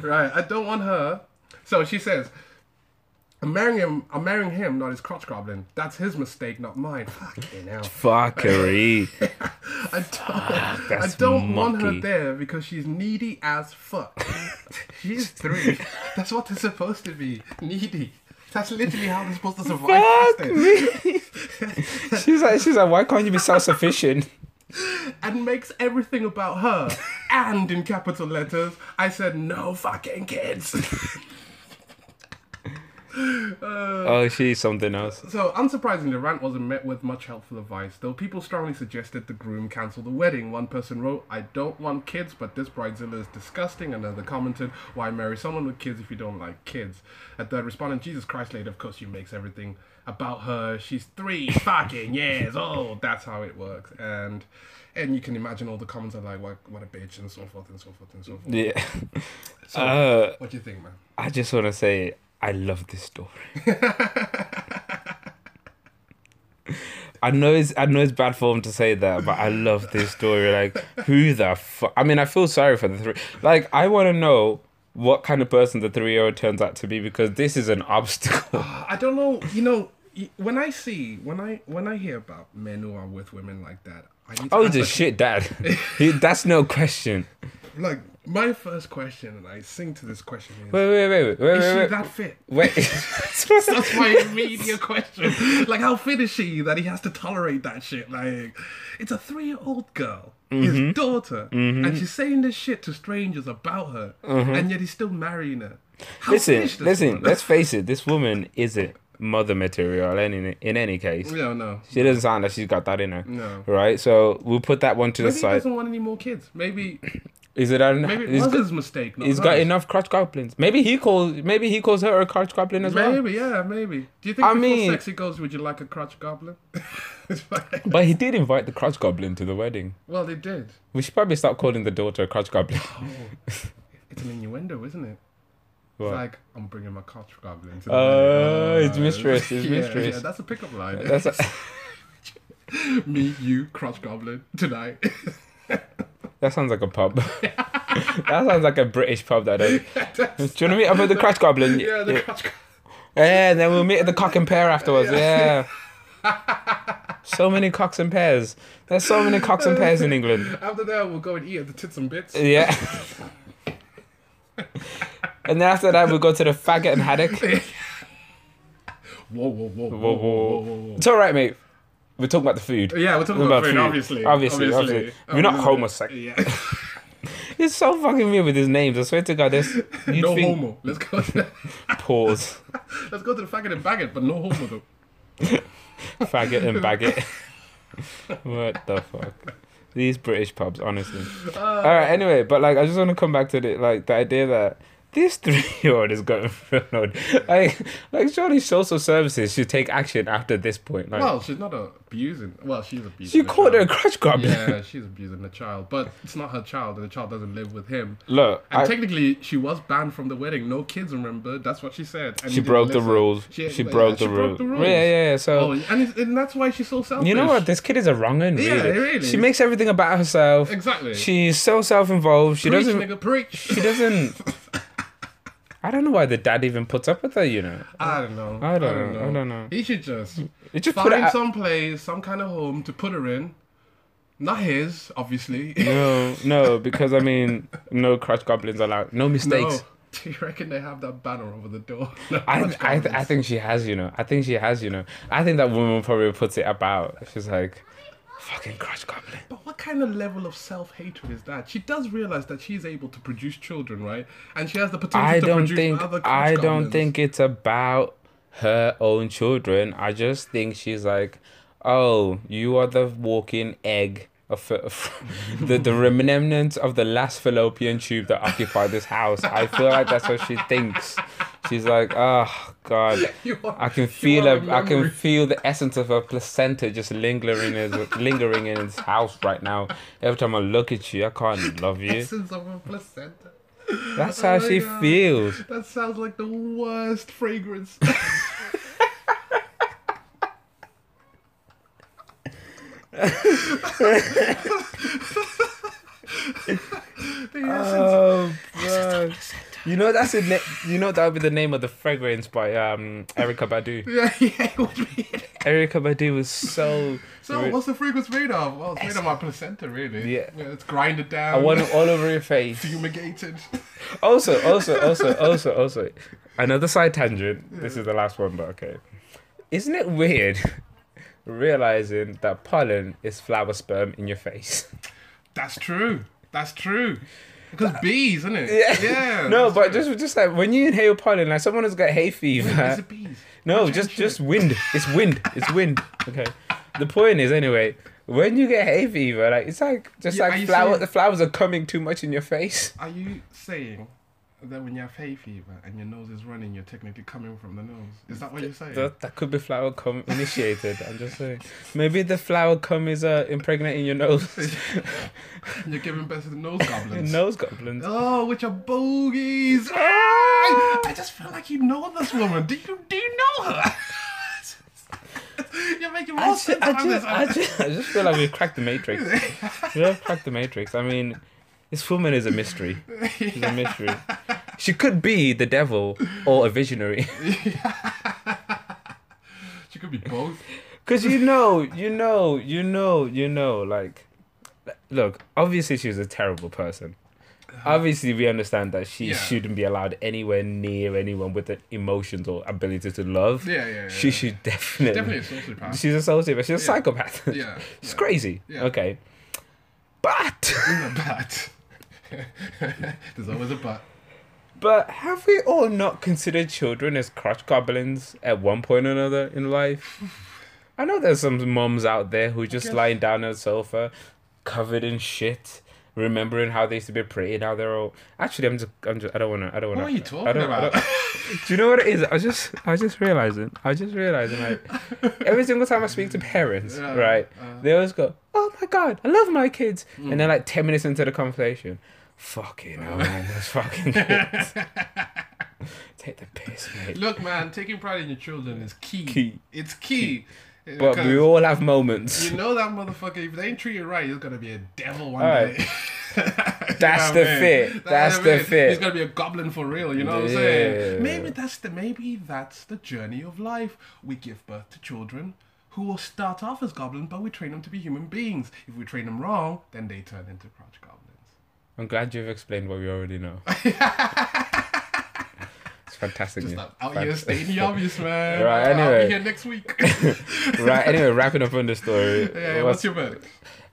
[SPEAKER 2] Right, I don't want her. So she says, "I'm marrying him. I'm marrying him, not his crotch goblin. That's his mistake, not mine." Fucking hell.
[SPEAKER 1] Fuckery.
[SPEAKER 2] I don't, I
[SPEAKER 1] that's
[SPEAKER 2] don't want her
[SPEAKER 1] mucky.
[SPEAKER 2] there because she's needy as fuck. she's three. That's what they're supposed to be. Needy. That's literally how they're supposed to survive. past
[SPEAKER 1] Fuck
[SPEAKER 2] it.
[SPEAKER 1] me. she's like, she's like, why can't you be self-sufficient?
[SPEAKER 2] and makes everything about her. and in capital letters, I said, "No fucking kids."
[SPEAKER 1] oh, she's something else.
[SPEAKER 2] So, unsurprisingly, the rant wasn't met with much helpful advice, though people strongly suggested the groom cancel the wedding. One person wrote, I don't want kids, but this bridezilla is disgusting. Another commented, Why marry someone with kids if you don't like kids? A third responded, Jesus Christ, lady, of course you makes everything about her. She's three fucking years old. That's how it works. And and you can imagine all the comments are like, What, what a bitch, and so forth, and so forth, and so forth.
[SPEAKER 1] Yeah.
[SPEAKER 2] So,
[SPEAKER 1] Uh,
[SPEAKER 2] what do you think, man?
[SPEAKER 1] I just want to say, I love this story. I know it's I know it's bad form to say that, but I love this story. Like, who the fuck? I mean, I feel sorry for the three. Like, I want to know what kind of person the three-year-old turns out to be because this is an obstacle.
[SPEAKER 2] I don't know. You know, y- when I see, when I when I hear about men who are with women like that, I need to
[SPEAKER 1] Oh,
[SPEAKER 2] ask
[SPEAKER 1] he's a
[SPEAKER 2] myself-
[SPEAKER 1] shit dad. He- that's no question.
[SPEAKER 2] like my first question, and I sing to this question is:
[SPEAKER 1] Wait, wait, wait, wait, wait,
[SPEAKER 2] Is she
[SPEAKER 1] wait, wait.
[SPEAKER 2] that fit?
[SPEAKER 1] wait.
[SPEAKER 2] That's my immediate question. Like, how fit is she that he has to tolerate that shit? Like, it's a three-year-old girl,
[SPEAKER 1] Mm-hmm.
[SPEAKER 2] his daughter, and she's saying this shit to strangers about her, and yet he's still marrying her. How
[SPEAKER 1] Mm-hmm. listen,
[SPEAKER 2] finished is
[SPEAKER 1] listen.
[SPEAKER 2] woman?
[SPEAKER 1] Let's face it. This woman isn't mother material. In in any case,
[SPEAKER 2] Yeah, no.
[SPEAKER 1] she doesn't sound like she's got that in her.
[SPEAKER 2] No.
[SPEAKER 1] Right. So we'll put that one to the
[SPEAKER 2] Maybe he
[SPEAKER 1] side.
[SPEAKER 2] doesn't want any more kids. Maybe
[SPEAKER 1] Is it? An,
[SPEAKER 2] Maybe it
[SPEAKER 1] he's
[SPEAKER 2] was
[SPEAKER 1] got,
[SPEAKER 2] his mistake. Not
[SPEAKER 1] he's
[SPEAKER 2] hers.
[SPEAKER 1] got enough crotch goblins. Maybe he calls. Maybe he calls her a crotch goblin as well.
[SPEAKER 2] Maybe, yeah, maybe. Do you think
[SPEAKER 1] I
[SPEAKER 2] before
[SPEAKER 1] mean-
[SPEAKER 2] sexy goes, would you like a crotch goblin? It's like-
[SPEAKER 1] But he did invite the crotch goblin to the wedding.
[SPEAKER 2] well, they did.
[SPEAKER 1] We should probably start calling the daughter a crotch goblin.
[SPEAKER 2] Oh, it's an innuendo, isn't it?
[SPEAKER 1] What?
[SPEAKER 2] It's like I'm bringing my crotch goblin. To the
[SPEAKER 1] Oh,
[SPEAKER 2] wedding.
[SPEAKER 1] it's mistress, it's
[SPEAKER 2] yeah,
[SPEAKER 1] mistress.
[SPEAKER 2] Yeah, that's a pickup line.
[SPEAKER 1] That's a,
[SPEAKER 2] me, you, crotch goblin tonight.
[SPEAKER 1] that sounds like a pub. that sounds like a British pub that I Do you want to meet up with the crotch goblin?
[SPEAKER 2] yeah, the crotch. Go-
[SPEAKER 1] Yeah, then we'll meet at the cock and pear afterwards. Yeah. so many cocks and pears. There's so many cocks and pears in England.
[SPEAKER 2] After that, we'll go and eat at the tits and bits.
[SPEAKER 1] Yeah. and then after that, we'll go to the faggot and haddock.
[SPEAKER 2] Whoa, whoa, whoa, whoa,
[SPEAKER 1] Whoa,
[SPEAKER 2] whoa,
[SPEAKER 1] whoa.
[SPEAKER 2] whoa, whoa.
[SPEAKER 1] It's all right, mate. We're talking about the food.
[SPEAKER 2] Yeah, we're talking
[SPEAKER 1] About
[SPEAKER 2] about food,
[SPEAKER 1] food.
[SPEAKER 2] obviously.
[SPEAKER 1] Obviously, obviously. We're not homosexual.
[SPEAKER 2] Yeah.
[SPEAKER 1] It's so fucking weird with his names. I swear to God, this. You'd
[SPEAKER 2] no
[SPEAKER 1] think.
[SPEAKER 2] homo. Let's go. To the,
[SPEAKER 1] Pause.
[SPEAKER 2] let's go to the faggot and bag it, but no homo though.
[SPEAKER 1] Faggot and baggot. what the fuck? These British pubs, honestly.
[SPEAKER 2] Uh,
[SPEAKER 1] All right. Anyway, but like, I just want to come back to the like the idea that this three-year-old is going thrown. Like, like surely social services should take action after this point. Like,
[SPEAKER 2] Well, she's not abusing. Well, she's abusing.
[SPEAKER 1] you
[SPEAKER 2] the
[SPEAKER 1] called her a
[SPEAKER 2] child.
[SPEAKER 1] crutch goblin.
[SPEAKER 2] Yeah, she's abusing the child, but it's not her child, and the child doesn't live with him.
[SPEAKER 1] Look,
[SPEAKER 2] And
[SPEAKER 1] I,
[SPEAKER 2] technically, she was banned from the wedding. No kids, remember? That's what she said. And
[SPEAKER 1] she
[SPEAKER 2] he didn't
[SPEAKER 1] broke the
[SPEAKER 2] listen.
[SPEAKER 1] rules. She,
[SPEAKER 2] She- yeah,
[SPEAKER 1] broke,
[SPEAKER 2] she
[SPEAKER 1] the,
[SPEAKER 2] broke the
[SPEAKER 1] rules.
[SPEAKER 2] rules.
[SPEAKER 1] Yeah, yeah. yeah. So
[SPEAKER 2] Oh, and, it's, and that's why she's so selfish.
[SPEAKER 1] you know what? This kid is a wrong one. Really.
[SPEAKER 2] Yeah, really.
[SPEAKER 1] She makes everything about herself.
[SPEAKER 2] Exactly.
[SPEAKER 1] She's so self-involved. She
[SPEAKER 2] preach,
[SPEAKER 1] doesn't.
[SPEAKER 2] nigga, preach.
[SPEAKER 1] She doesn't. I don't know why the dad even puts up with her. You know.
[SPEAKER 2] I don't know.
[SPEAKER 1] I don't know. I don't know.
[SPEAKER 2] He should just
[SPEAKER 1] It just put
[SPEAKER 2] find
[SPEAKER 1] it.
[SPEAKER 2] some place, some kind of home to put her in. Not his, obviously.
[SPEAKER 1] No, no, because I mean, no crotch goblins allowed. No mistakes.
[SPEAKER 2] no. Do you reckon they have that banner over the door?
[SPEAKER 1] I,
[SPEAKER 2] That's
[SPEAKER 1] I, I
[SPEAKER 2] goblins.
[SPEAKER 1] think she has, you know. I think she has, you know. I think that woman probably puts it about. She's like, fucking crotch goblin.
[SPEAKER 2] But what kind of level of self hatred is that? She does realize that she's able to produce children, right? And she has the potential
[SPEAKER 1] I
[SPEAKER 2] to
[SPEAKER 1] don't
[SPEAKER 2] produce
[SPEAKER 1] think.
[SPEAKER 2] other crotch
[SPEAKER 1] I don't
[SPEAKER 2] goblins.
[SPEAKER 1] think it's about her own children. I just think she's like, oh, you are the walking egg. Of, of the the remnants of the last fallopian tube that occupied this house. I feel like that's what she thinks. She's like, oh god,
[SPEAKER 2] You are-
[SPEAKER 1] I can
[SPEAKER 2] you
[SPEAKER 1] feel
[SPEAKER 2] are
[SPEAKER 1] her, I can
[SPEAKER 2] memory.
[SPEAKER 1] feel the essence of her placenta just lingering in his, lingering in his house right now. Every time I look at you, I can't love you.
[SPEAKER 2] Essence of a placenta.
[SPEAKER 1] That's
[SPEAKER 2] Oh
[SPEAKER 1] how
[SPEAKER 2] my
[SPEAKER 1] she
[SPEAKER 2] God.
[SPEAKER 1] feels.
[SPEAKER 2] That sounds like the worst fragrance. the essence
[SPEAKER 1] Oh, God. You know that's a na- you know that would be the name of the fragrance by um Erica Badu.
[SPEAKER 2] Yeah, yeah, it would be.
[SPEAKER 1] Erica Badu was so.
[SPEAKER 2] So, what's the fragrance made of? Well, it's made of my placenta, really.
[SPEAKER 1] Yeah.
[SPEAKER 2] it's grinded down.
[SPEAKER 1] I want it all over your face.
[SPEAKER 2] fumigated.
[SPEAKER 1] Also, also, also, also, also. Another side tangent. This is the last one, but okay. Isn't it weird realizing that pollen is flower sperm in your face?
[SPEAKER 2] That's true. That's true. Because bees, isn't it?
[SPEAKER 1] Yeah. No,
[SPEAKER 2] that's
[SPEAKER 1] but
[SPEAKER 2] true.
[SPEAKER 1] just just like when you inhale pollen, like someone has got hay fever.
[SPEAKER 2] Is it bees?
[SPEAKER 1] No, just just wind. It's wind. It's wind. Okay. The point is anyway, when you get hay fever, like it's like just
[SPEAKER 2] Yeah, are
[SPEAKER 1] like
[SPEAKER 2] you
[SPEAKER 1] flower
[SPEAKER 2] saying-
[SPEAKER 1] the flowers are coming too much in your face.
[SPEAKER 2] Are you saying that when you have hay fever and your nose is running, you're technically coming from the nose? Is that what you're saying?
[SPEAKER 1] That, that could be flower cum initiated. I'm just saying. Maybe the flower cum is uh, impregnating your nose.
[SPEAKER 2] You're giving birth to the nose
[SPEAKER 1] your
[SPEAKER 2] goblins.
[SPEAKER 1] nose goblins.
[SPEAKER 2] Oh, which are bogies! Ah! I just feel like you know this woman. Do you do you know her? You're making more
[SPEAKER 1] I just,
[SPEAKER 2] sense
[SPEAKER 1] I,
[SPEAKER 2] out of this.
[SPEAKER 1] just, I, just, I just feel like we've cracked the matrix. We have cracked the matrix. I mean, this woman is a mystery. She's a mystery. She could be the devil or a visionary.
[SPEAKER 2] She could be both.
[SPEAKER 1] Cause you know, you know, you know, you know, like, look, obviously she was a terrible person. Obviously, we understand that she
[SPEAKER 2] Yeah.
[SPEAKER 1] shouldn't be allowed anywhere near anyone with the emotions or ability to love.
[SPEAKER 2] Yeah, yeah. yeah.
[SPEAKER 1] She should definitely.
[SPEAKER 2] definitely a sociopath.
[SPEAKER 1] She's a sociopath. She's a
[SPEAKER 2] Yeah.
[SPEAKER 1] psychopath.
[SPEAKER 2] yeah.
[SPEAKER 1] It's
[SPEAKER 2] yeah.
[SPEAKER 1] crazy.
[SPEAKER 2] Yeah.
[SPEAKER 1] Okay. But,
[SPEAKER 2] But there's always a but.
[SPEAKER 1] but have we all not considered children as crotch goblins at one point or another in life? I know there's some moms out there who just
[SPEAKER 2] guess-
[SPEAKER 1] lying down on the sofa, covered in shit, remembering how they used to be pretty. Now they're all actually. I'm just. I'm just. I don't wanna. I don't wanna.
[SPEAKER 2] What are you
[SPEAKER 1] I
[SPEAKER 2] talking
[SPEAKER 1] don't, I
[SPEAKER 2] about?
[SPEAKER 1] don't- do you know what it is? I was just. I was just realizing. I was just realizing. Like every single time I speak to parents,
[SPEAKER 2] Yeah,
[SPEAKER 1] right,
[SPEAKER 2] uh.
[SPEAKER 1] they always go, "Oh my god, I love my kids,"
[SPEAKER 2] Mm.
[SPEAKER 1] and then like ten minutes into the conversation, fucking hell, man, those fucking kids. Take the piss, mate.
[SPEAKER 2] Look, man, taking pride in your children is key.
[SPEAKER 1] Key.
[SPEAKER 2] It's key.
[SPEAKER 1] But
[SPEAKER 2] Because
[SPEAKER 1] we all have moments.
[SPEAKER 2] you know that motherfucker. If they ain't treat you right, he's gonna be a devil one
[SPEAKER 1] Alright.
[SPEAKER 2] day.
[SPEAKER 1] That's
[SPEAKER 2] You know
[SPEAKER 1] the
[SPEAKER 2] what I mean?
[SPEAKER 1] fit.
[SPEAKER 2] what
[SPEAKER 1] That's
[SPEAKER 2] I
[SPEAKER 1] the
[SPEAKER 2] mean.
[SPEAKER 1] fit.
[SPEAKER 2] He's gonna be a goblin for real. You know what I'm
[SPEAKER 1] Yeah.
[SPEAKER 2] saying? Maybe that's the maybe that's the journey of life. We give birth to children who will start off as goblins, but we train them to be human beings. If we train them wrong, then they turn into crotch goblins.
[SPEAKER 1] I'm glad you've explained what we already know. it's fantastic.
[SPEAKER 2] Just
[SPEAKER 1] news.
[SPEAKER 2] like out here stating the obvious, man.
[SPEAKER 1] Right,
[SPEAKER 2] I'll
[SPEAKER 1] anyway.
[SPEAKER 2] be here next week.
[SPEAKER 1] right. Anyway, wrapping up on the story.
[SPEAKER 2] yeah,
[SPEAKER 1] what's-
[SPEAKER 2] what's your verdict?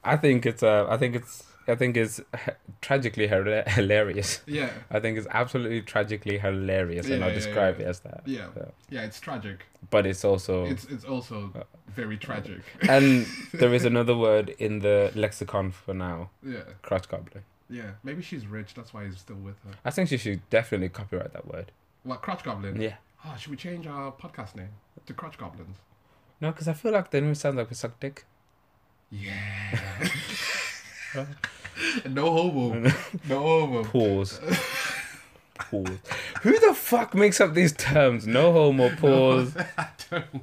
[SPEAKER 1] I think it's. Uh, I think it's. I think it's tragically hila- hilarious.
[SPEAKER 2] Yeah.
[SPEAKER 1] I think it's absolutely tragically hilarious, and
[SPEAKER 2] Yeah,
[SPEAKER 1] I'll
[SPEAKER 2] yeah,
[SPEAKER 1] describe
[SPEAKER 2] yeah.
[SPEAKER 1] it as that.
[SPEAKER 2] Yeah.
[SPEAKER 1] So,
[SPEAKER 2] Yeah, it's tragic.
[SPEAKER 1] but it's also,
[SPEAKER 2] It's it's also
[SPEAKER 1] Uh.
[SPEAKER 2] very tragic.
[SPEAKER 1] and there is another word in the lexicon for now:
[SPEAKER 2] Yeah.
[SPEAKER 1] crotch goblin.
[SPEAKER 2] Yeah. Maybe she's rich, that's why he's still with her.
[SPEAKER 1] I think she should definitely copyright that word.
[SPEAKER 2] What crotch goblin?
[SPEAKER 1] Yeah.
[SPEAKER 2] Oh, should we change our podcast name to Crotch Goblins?
[SPEAKER 1] No, because I feel like then we sound like we suck dick.
[SPEAKER 2] Yeah. no homo. No homo.
[SPEAKER 1] Pause. pause. Who the fuck makes up these terms? No homo. Pause.
[SPEAKER 2] I don't know.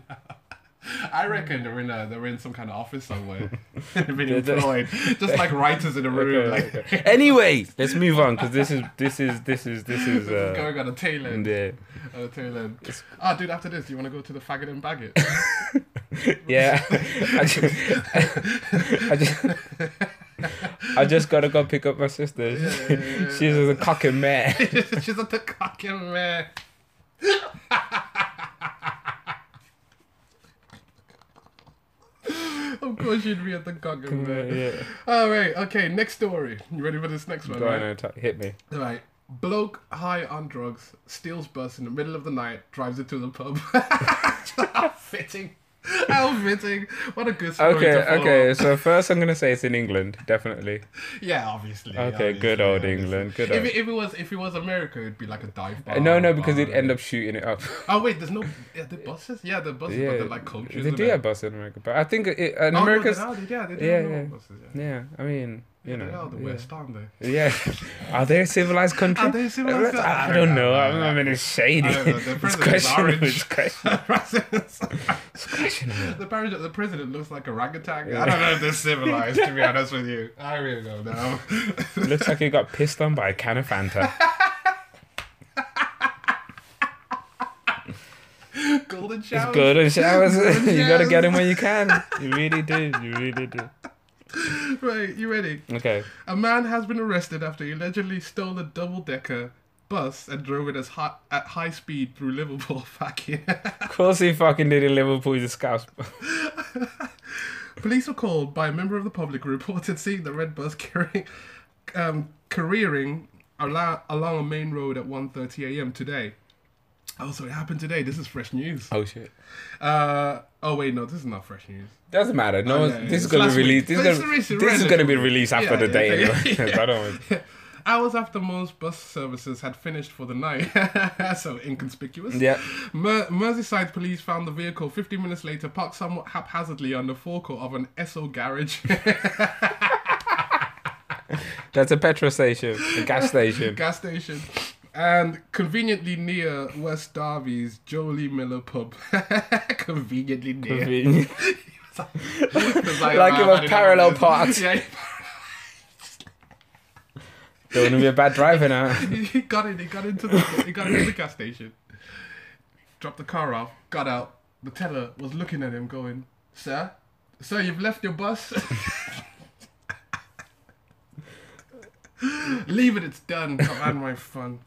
[SPEAKER 2] I reckon they're in a, they're in some kind of office somewhere. They've been
[SPEAKER 1] They're just-
[SPEAKER 2] employed. Just like writers in a room. like,
[SPEAKER 1] Okay, okay. Anyway, let's move on because this is this is this is this is.
[SPEAKER 2] This is
[SPEAKER 1] Uh,
[SPEAKER 2] going on a tail end.
[SPEAKER 1] yeah.
[SPEAKER 2] On a tail end. Ah, dude, after this, do you want to go to the faggot and baggot?
[SPEAKER 1] Yeah, I just, I just, I just gotta go pick up my sister.
[SPEAKER 2] yeah, yeah, yeah.
[SPEAKER 1] She's a cocking man.
[SPEAKER 2] She's at the cocking man. of course you'd be at the cocking man.
[SPEAKER 1] yeah.
[SPEAKER 2] All right, okay, next story. You ready for this next one?
[SPEAKER 1] Go on,
[SPEAKER 2] Right?
[SPEAKER 1] attack- hit me.
[SPEAKER 2] All right. Bloke high on drugs steals bus in the middle of the night, drives it to the pub. How fitting. How fitting. What a good story.
[SPEAKER 1] Okay,
[SPEAKER 2] to follow
[SPEAKER 1] okay.
[SPEAKER 2] up.
[SPEAKER 1] So first, I'm gonna say it's in England, definitely.
[SPEAKER 2] Yeah, obviously.
[SPEAKER 1] Okay, good
[SPEAKER 2] obviously,
[SPEAKER 1] old
[SPEAKER 2] obviously.
[SPEAKER 1] England. Good
[SPEAKER 2] If
[SPEAKER 1] old. Uh,
[SPEAKER 2] it, Oh, if it was if it was America, it'd be like a dive bar.
[SPEAKER 1] no, no, because
[SPEAKER 2] bar.
[SPEAKER 1] they'd end up shooting it up.
[SPEAKER 2] Oh wait, there's no yeah, the buses. Yeah, the buses, but they're like coaches.
[SPEAKER 1] They
[SPEAKER 2] and
[SPEAKER 1] do
[SPEAKER 2] that.
[SPEAKER 1] have buses in America, but I think it, uh, in
[SPEAKER 2] Oh, no,
[SPEAKER 1] America's.
[SPEAKER 2] they are, they- yeah, they do
[SPEAKER 1] Yeah,
[SPEAKER 2] have normal
[SPEAKER 1] yeah.
[SPEAKER 2] buses. Yeah.
[SPEAKER 1] Yeah, I mean, you
[SPEAKER 2] They are
[SPEAKER 1] know.
[SPEAKER 2] the
[SPEAKER 1] yeah.
[SPEAKER 2] West, aren't they?
[SPEAKER 1] Yeah. Are they a civilized country?
[SPEAKER 2] Are they a civilized country?
[SPEAKER 1] I, I don't know. I'm, I'm in a shady.
[SPEAKER 2] I don't know, their
[SPEAKER 1] It's
[SPEAKER 2] president's
[SPEAKER 1] questionable. It's
[SPEAKER 2] orange.
[SPEAKER 1] questionable.
[SPEAKER 2] the
[SPEAKER 1] It's questionable.
[SPEAKER 2] president, the president looks like a ragtag. I don't know if they're civilized. to be honest with you, I really don't know.
[SPEAKER 1] Looks like he got pissed on by a can of Fanta.
[SPEAKER 2] Golden showers.
[SPEAKER 1] It's good and showers. you gotta
[SPEAKER 2] showers.
[SPEAKER 1] get him when you can. You really do. You really do.
[SPEAKER 2] Right, you ready?
[SPEAKER 1] Okay.
[SPEAKER 2] A man has been arrested after he allegedly stole a double-decker bus and drove it as high, at high speed through Liverpool. Fucking.
[SPEAKER 1] Of course he fucking did in Liverpool. He's a scouse.
[SPEAKER 2] Police were called by a member of the public who reported seeing the red bus carrying, um, careering along, along a main road at 1.30 a.m. today. Oh, so it happened today. This is fresh news.
[SPEAKER 1] Oh shit.
[SPEAKER 2] Uh, oh, wait, no, this is not fresh news.
[SPEAKER 1] Doesn't matter. No,
[SPEAKER 2] Oh,
[SPEAKER 1] one's
[SPEAKER 2] yeah, yeah.
[SPEAKER 1] this is
[SPEAKER 2] It's
[SPEAKER 1] gonna
[SPEAKER 2] last
[SPEAKER 1] be released.
[SPEAKER 2] week.
[SPEAKER 1] This,
[SPEAKER 2] But
[SPEAKER 1] is
[SPEAKER 2] it's
[SPEAKER 1] gonna,
[SPEAKER 2] recent,
[SPEAKER 1] this is gonna be
[SPEAKER 2] relatively.
[SPEAKER 1] released after
[SPEAKER 2] Yeah,
[SPEAKER 1] the
[SPEAKER 2] yeah,
[SPEAKER 1] day
[SPEAKER 2] yeah,
[SPEAKER 1] anyway.
[SPEAKER 2] yeah.
[SPEAKER 1] I don't.
[SPEAKER 2] Hours after most bus services had finished for the night, so inconspicuous.
[SPEAKER 1] Yeah.
[SPEAKER 2] Mer- Merseyside police found the vehicle 15 minutes later parked somewhat haphazardly on the forecourt of an Esso garage.
[SPEAKER 1] That's a petrol station, a gas station.
[SPEAKER 2] gas station, and conveniently near West Derby's Jolie Miller pub. conveniently near.
[SPEAKER 1] Convenient.
[SPEAKER 2] It's
[SPEAKER 1] Like
[SPEAKER 2] ah,
[SPEAKER 1] it was
[SPEAKER 2] I didn't know
[SPEAKER 1] parallel
[SPEAKER 2] this.
[SPEAKER 1] parked.
[SPEAKER 2] Yeah,
[SPEAKER 1] Don't wanna be a bad driver now.
[SPEAKER 2] he, he got in. He got into the. He got into the gas station. Dropped the car off. Got out. The teller was looking at him, going, "Sir, sir, you've left your bus." Leave it. It's done. I've had my fun.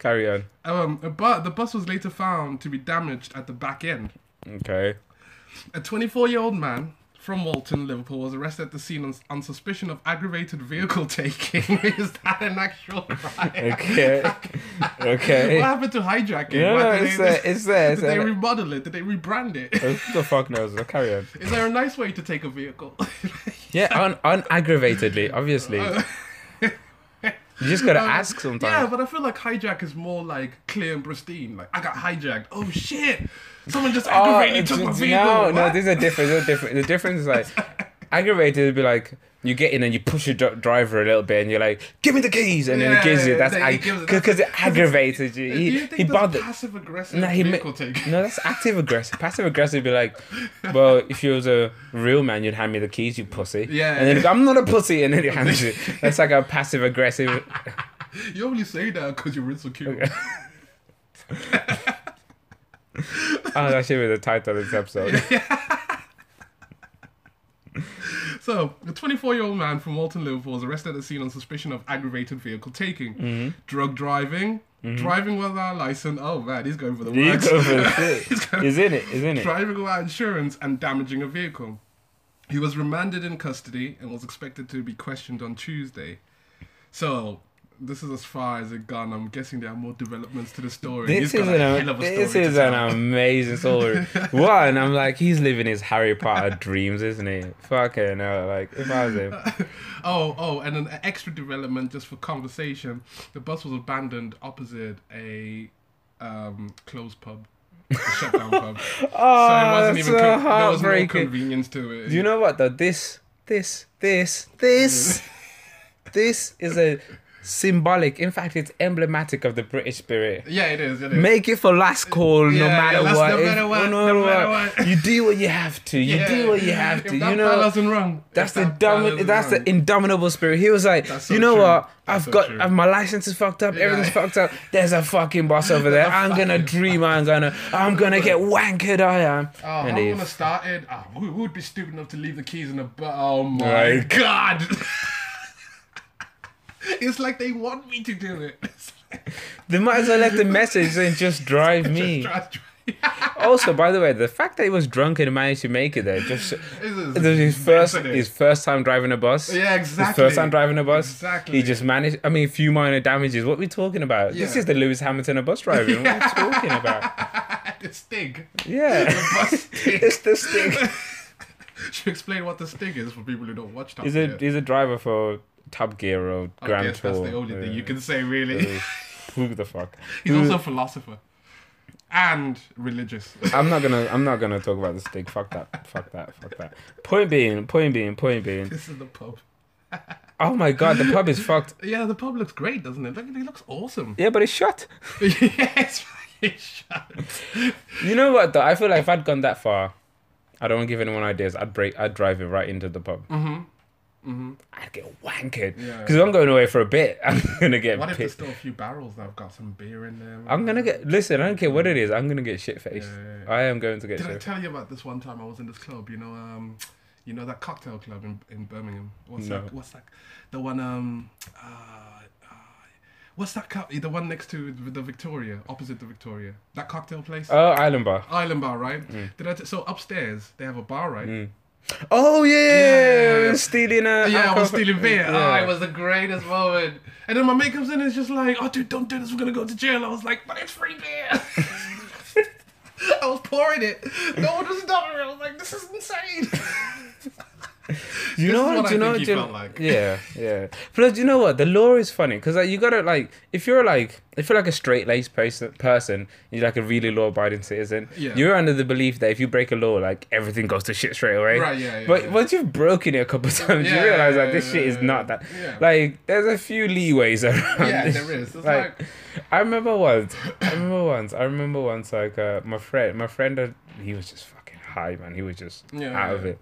[SPEAKER 1] Carry on.
[SPEAKER 2] Um, but the bus was later found to be damaged at the back end.
[SPEAKER 1] Okay.
[SPEAKER 2] A 24 year old man from Walton, Liverpool, was arrested at the scene on, on suspicion of aggravated vehicle taking. Is that an actual crime?
[SPEAKER 1] Okay.
[SPEAKER 2] What
[SPEAKER 1] Okay.
[SPEAKER 2] happened to hijacking?
[SPEAKER 1] Yeah,
[SPEAKER 2] Why
[SPEAKER 1] no,
[SPEAKER 2] did
[SPEAKER 1] it's
[SPEAKER 2] they-
[SPEAKER 1] there. It's there. It's
[SPEAKER 2] Did they
[SPEAKER 1] there.
[SPEAKER 2] remodel it? Did they rebrand it?
[SPEAKER 1] Who the fuck knows? Carry on.
[SPEAKER 2] Is there a nice way to take a vehicle?
[SPEAKER 1] Yeah, un- unaggravatedly, obviously. You just gotta
[SPEAKER 2] Um,
[SPEAKER 1] ask sometimes.
[SPEAKER 2] Yeah, but I feel like hijack is more like clear and pristine. Like I got hijacked. Oh shit! Someone just aggravated
[SPEAKER 1] Oh, Uh, it's-
[SPEAKER 2] took my
[SPEAKER 1] it's-
[SPEAKER 2] vehicle.
[SPEAKER 1] No, no,
[SPEAKER 2] What?
[SPEAKER 1] these are different. These are different. The difference is like aggravated would be like you get in and you push your dr- driver a little bit and you're like, "Give me the keys," and then
[SPEAKER 2] Yeah,
[SPEAKER 1] he gives you.
[SPEAKER 2] yeah,
[SPEAKER 1] That's
[SPEAKER 2] then he gives it-
[SPEAKER 1] because it aggravated you.
[SPEAKER 2] Do
[SPEAKER 1] He,
[SPEAKER 2] you think
[SPEAKER 1] he
[SPEAKER 2] that's
[SPEAKER 1] bothered.
[SPEAKER 2] passive aggressive
[SPEAKER 1] No, he ma-
[SPEAKER 2] vehicle taking?
[SPEAKER 1] no, that's active aggressive. Passive aggressive would be like, well, if you was a real man, you'd hand me the keys, you pussy.
[SPEAKER 2] Yeah,
[SPEAKER 1] And then
[SPEAKER 2] yeah.
[SPEAKER 1] if I'm not a pussy, and then he hands you. That's like a passive aggressive.
[SPEAKER 2] You only say that because you're insecure.
[SPEAKER 1] Oh, that should be the title of this episode.
[SPEAKER 2] So, the 24 year old man from Walton, Liverpool was arrested at the scene on suspicion of aggravated vehicle taking,
[SPEAKER 1] Mm-hmm.
[SPEAKER 2] drug driving, driving without a license. Oh man, he's going for the
[SPEAKER 1] You
[SPEAKER 2] works.
[SPEAKER 1] go Mm-hmm. for the
[SPEAKER 2] He's going-
[SPEAKER 1] Is in it? Is in it?
[SPEAKER 2] driving without insurance and damaging a vehicle. He was remanded in custody and was expected to be questioned on Tuesday. So, this is as far as it gone. I'm guessing there are more developments to the story.
[SPEAKER 1] This
[SPEAKER 2] He's
[SPEAKER 1] is
[SPEAKER 2] got
[SPEAKER 1] an
[SPEAKER 2] a
[SPEAKER 1] am-
[SPEAKER 2] hell of a
[SPEAKER 1] this
[SPEAKER 2] story to
[SPEAKER 1] is an
[SPEAKER 2] tell.
[SPEAKER 1] amazing story. One, I'm like, he's living his Harry Potter dreams, isn't he? Fucking hell, like if I was him,
[SPEAKER 2] Oh, oh, and an extra development just for conversation. The bus was abandoned opposite a um, closed pub, a shutdown pub. So it
[SPEAKER 1] oh, that's so
[SPEAKER 2] con- there was no
[SPEAKER 1] heartbreaking.
[SPEAKER 2] convenience to it.
[SPEAKER 1] Do you know what though? This, this, this, this, this is a symbolic. In fact, it's emblematic of the British spirit.
[SPEAKER 2] Yeah, it is. It is.
[SPEAKER 1] Make it for last call, no
[SPEAKER 2] Yeah, yeah,
[SPEAKER 1] matter
[SPEAKER 2] last-
[SPEAKER 1] what.
[SPEAKER 2] no
[SPEAKER 1] If-
[SPEAKER 2] matter what, no matter what.
[SPEAKER 1] You do what you have to. You
[SPEAKER 2] yeah.
[SPEAKER 1] do what you have to.
[SPEAKER 2] If
[SPEAKER 1] You
[SPEAKER 2] that
[SPEAKER 1] know.
[SPEAKER 2] fella's in wrong.
[SPEAKER 1] That's the
[SPEAKER 2] if that fella's
[SPEAKER 1] domi-
[SPEAKER 2] in
[SPEAKER 1] That's
[SPEAKER 2] wrong.
[SPEAKER 1] the indomitable spirit. He was like,
[SPEAKER 2] That's so
[SPEAKER 1] you know
[SPEAKER 2] true.
[SPEAKER 1] what? I've
[SPEAKER 2] That's so
[SPEAKER 1] got
[SPEAKER 2] true.
[SPEAKER 1] I've, my license is fucked up. Everything's fucked up. There's a fucking boss over there. I'm gonna dream. I'm gonna. I'm gonna get wankered. I am.
[SPEAKER 2] Oh, I'm
[SPEAKER 1] he-
[SPEAKER 2] gonna start it. Oh, who who would be stupid enough to leave the keys in the bu- Oh my
[SPEAKER 1] Right.
[SPEAKER 2] god! it's like they want me to do it. It's like,
[SPEAKER 1] they might as well left a message saying just drive me.
[SPEAKER 2] try- try-
[SPEAKER 1] Also, by the way, the fact that he was drunk and managed to make it there just
[SPEAKER 2] This is
[SPEAKER 1] this is his first
[SPEAKER 2] infinite.
[SPEAKER 1] his first time driving a bus.
[SPEAKER 2] Yeah, exactly.
[SPEAKER 1] His first time driving a bus.
[SPEAKER 2] Exactly.
[SPEAKER 1] He just managed. I mean, a few minor damages. What are we talking about? This
[SPEAKER 2] Yeah.
[SPEAKER 1] is the Lewis Hamilton of bus driving. What are we talking about?
[SPEAKER 2] the stig.
[SPEAKER 1] Yeah.
[SPEAKER 2] The bus stig.
[SPEAKER 1] it's the stick.
[SPEAKER 2] Should explain what the stig is for people who don't watch Top
[SPEAKER 1] He's
[SPEAKER 2] Gear.
[SPEAKER 1] a he's a driver for Top Gear or
[SPEAKER 2] I
[SPEAKER 1] Grand
[SPEAKER 2] guess
[SPEAKER 1] Tour.
[SPEAKER 2] that's the only thing you
[SPEAKER 1] Yeah.
[SPEAKER 2] can say, really.
[SPEAKER 1] Uh, Who the fuck?
[SPEAKER 2] He's
[SPEAKER 1] Who- Uh,
[SPEAKER 2] also a philosopher and religious.
[SPEAKER 1] I'm not gonna. I'm not gonna talk about the stick. Fuck that. Fuck that. Fuck that. Point being. Point being. Point being.
[SPEAKER 2] this is the pub.
[SPEAKER 1] Oh my god, the pub is fucked.
[SPEAKER 2] Yeah, the pub looks great, doesn't it? Look, it looks awesome.
[SPEAKER 1] Yeah, but it's shut.
[SPEAKER 2] yes, shut.
[SPEAKER 1] You know what though? I feel like if I'd gone that far, I don't want to give anyone ideas. I'd break. I'd drive it right into the pub. Mm-hmm. Mm-hmm. I'd get wankered
[SPEAKER 2] Yeah.
[SPEAKER 1] because if I'm going away for a bit, I'm gonna get
[SPEAKER 2] What if there's
[SPEAKER 1] pissed.
[SPEAKER 2] still a few barrels that have got some beer in there?
[SPEAKER 1] I'm gonna get. Listen, I don't care what it is. I'm gonna get shit faced.
[SPEAKER 2] Yeah.
[SPEAKER 1] I am going to get
[SPEAKER 2] Did I
[SPEAKER 1] shit.
[SPEAKER 2] tell you about this one time I was in this club? You know, um, you know that cocktail club in, in Birmingham. What's
[SPEAKER 1] No.
[SPEAKER 2] that? What's that? The one um, uh, uh, what's that? Co- the one next to the Victoria, opposite the Victoria. That cocktail place.
[SPEAKER 1] Oh, Island Bar.
[SPEAKER 2] Island bar, right?
[SPEAKER 1] mm.
[SPEAKER 2] Did I t- so upstairs they have a bar, right?
[SPEAKER 1] Oh yeah,
[SPEAKER 2] Yeah.
[SPEAKER 1] we were stealing a.
[SPEAKER 2] Yeah, I
[SPEAKER 1] alcohol
[SPEAKER 2] was
[SPEAKER 1] from-
[SPEAKER 2] stealing beer. Oh,
[SPEAKER 1] Yeah.
[SPEAKER 2] it was the greatest moment. And then my mate comes in and is just like, "Oh, dude, don't do this. We're gonna go to jail." I was like, "But it's free beer." I was pouring it. No one was stopping me. I was like, "This is insane."
[SPEAKER 1] you know what?
[SPEAKER 2] is what
[SPEAKER 1] do you
[SPEAKER 2] I
[SPEAKER 1] know?
[SPEAKER 2] think he
[SPEAKER 1] do you-
[SPEAKER 2] felt like.
[SPEAKER 1] Yeah, yeah. Plus, you know what? The law is funny because like you gotta like if you're like if you're like a straight laced person, person, you're like a really law abiding citizen.
[SPEAKER 2] Yeah.
[SPEAKER 1] You're under the belief that if you break a law, like everything goes to shit straight away.
[SPEAKER 2] Right, yeah, yeah,
[SPEAKER 1] But
[SPEAKER 2] yeah.
[SPEAKER 1] once you've broken it a couple of times,
[SPEAKER 2] Yeah,
[SPEAKER 1] you realize
[SPEAKER 2] yeah,
[SPEAKER 1] like this
[SPEAKER 2] yeah,
[SPEAKER 1] shit is
[SPEAKER 2] yeah,
[SPEAKER 1] not that.
[SPEAKER 2] yeah.
[SPEAKER 1] Like there's a few leeways around.
[SPEAKER 2] yeah,
[SPEAKER 1] this.
[SPEAKER 2] there is. It's
[SPEAKER 1] Like,
[SPEAKER 2] like,
[SPEAKER 1] I remember once. I remember once. I remember once. Like uh, my friend, my friend, had, he was just fucking high, man. He was just
[SPEAKER 2] Yeah,
[SPEAKER 1] out
[SPEAKER 2] yeah.
[SPEAKER 1] of it.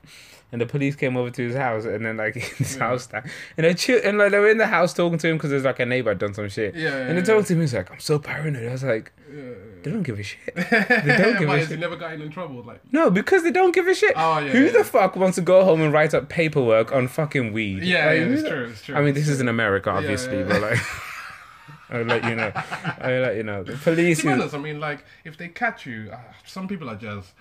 [SPEAKER 1] And the police came over to his house, and then like in his house, like, and they chill, and like they were in the house talking to him because there's like a neighbor had done some shit.
[SPEAKER 2] Yeah, yeah,
[SPEAKER 1] and they
[SPEAKER 2] yeah.
[SPEAKER 1] talked to him. He's like, "I'm so paranoid." I was like, "They don't give a shit." They don't give
[SPEAKER 2] why
[SPEAKER 1] a
[SPEAKER 2] has he
[SPEAKER 1] shit.
[SPEAKER 2] never gotten in trouble? Like,
[SPEAKER 1] No, because they don't give a shit.
[SPEAKER 2] Oh, yeah,
[SPEAKER 1] Who
[SPEAKER 2] yeah.
[SPEAKER 1] the fuck wants to go home and write up paperwork on fucking weed?
[SPEAKER 2] yeah,
[SPEAKER 1] Like,
[SPEAKER 2] yeah,
[SPEAKER 1] who
[SPEAKER 2] it's
[SPEAKER 1] the-
[SPEAKER 2] true, it's true.
[SPEAKER 1] I mean,
[SPEAKER 2] it's
[SPEAKER 1] this is in America,
[SPEAKER 2] yeah,
[SPEAKER 1] obviously,
[SPEAKER 2] yeah.
[SPEAKER 1] but like, I'll let you know. I'll let you know. The
[SPEAKER 2] To
[SPEAKER 1] police
[SPEAKER 2] be
[SPEAKER 1] is
[SPEAKER 2] honest, I mean, like, if they catch you, uh, some people are just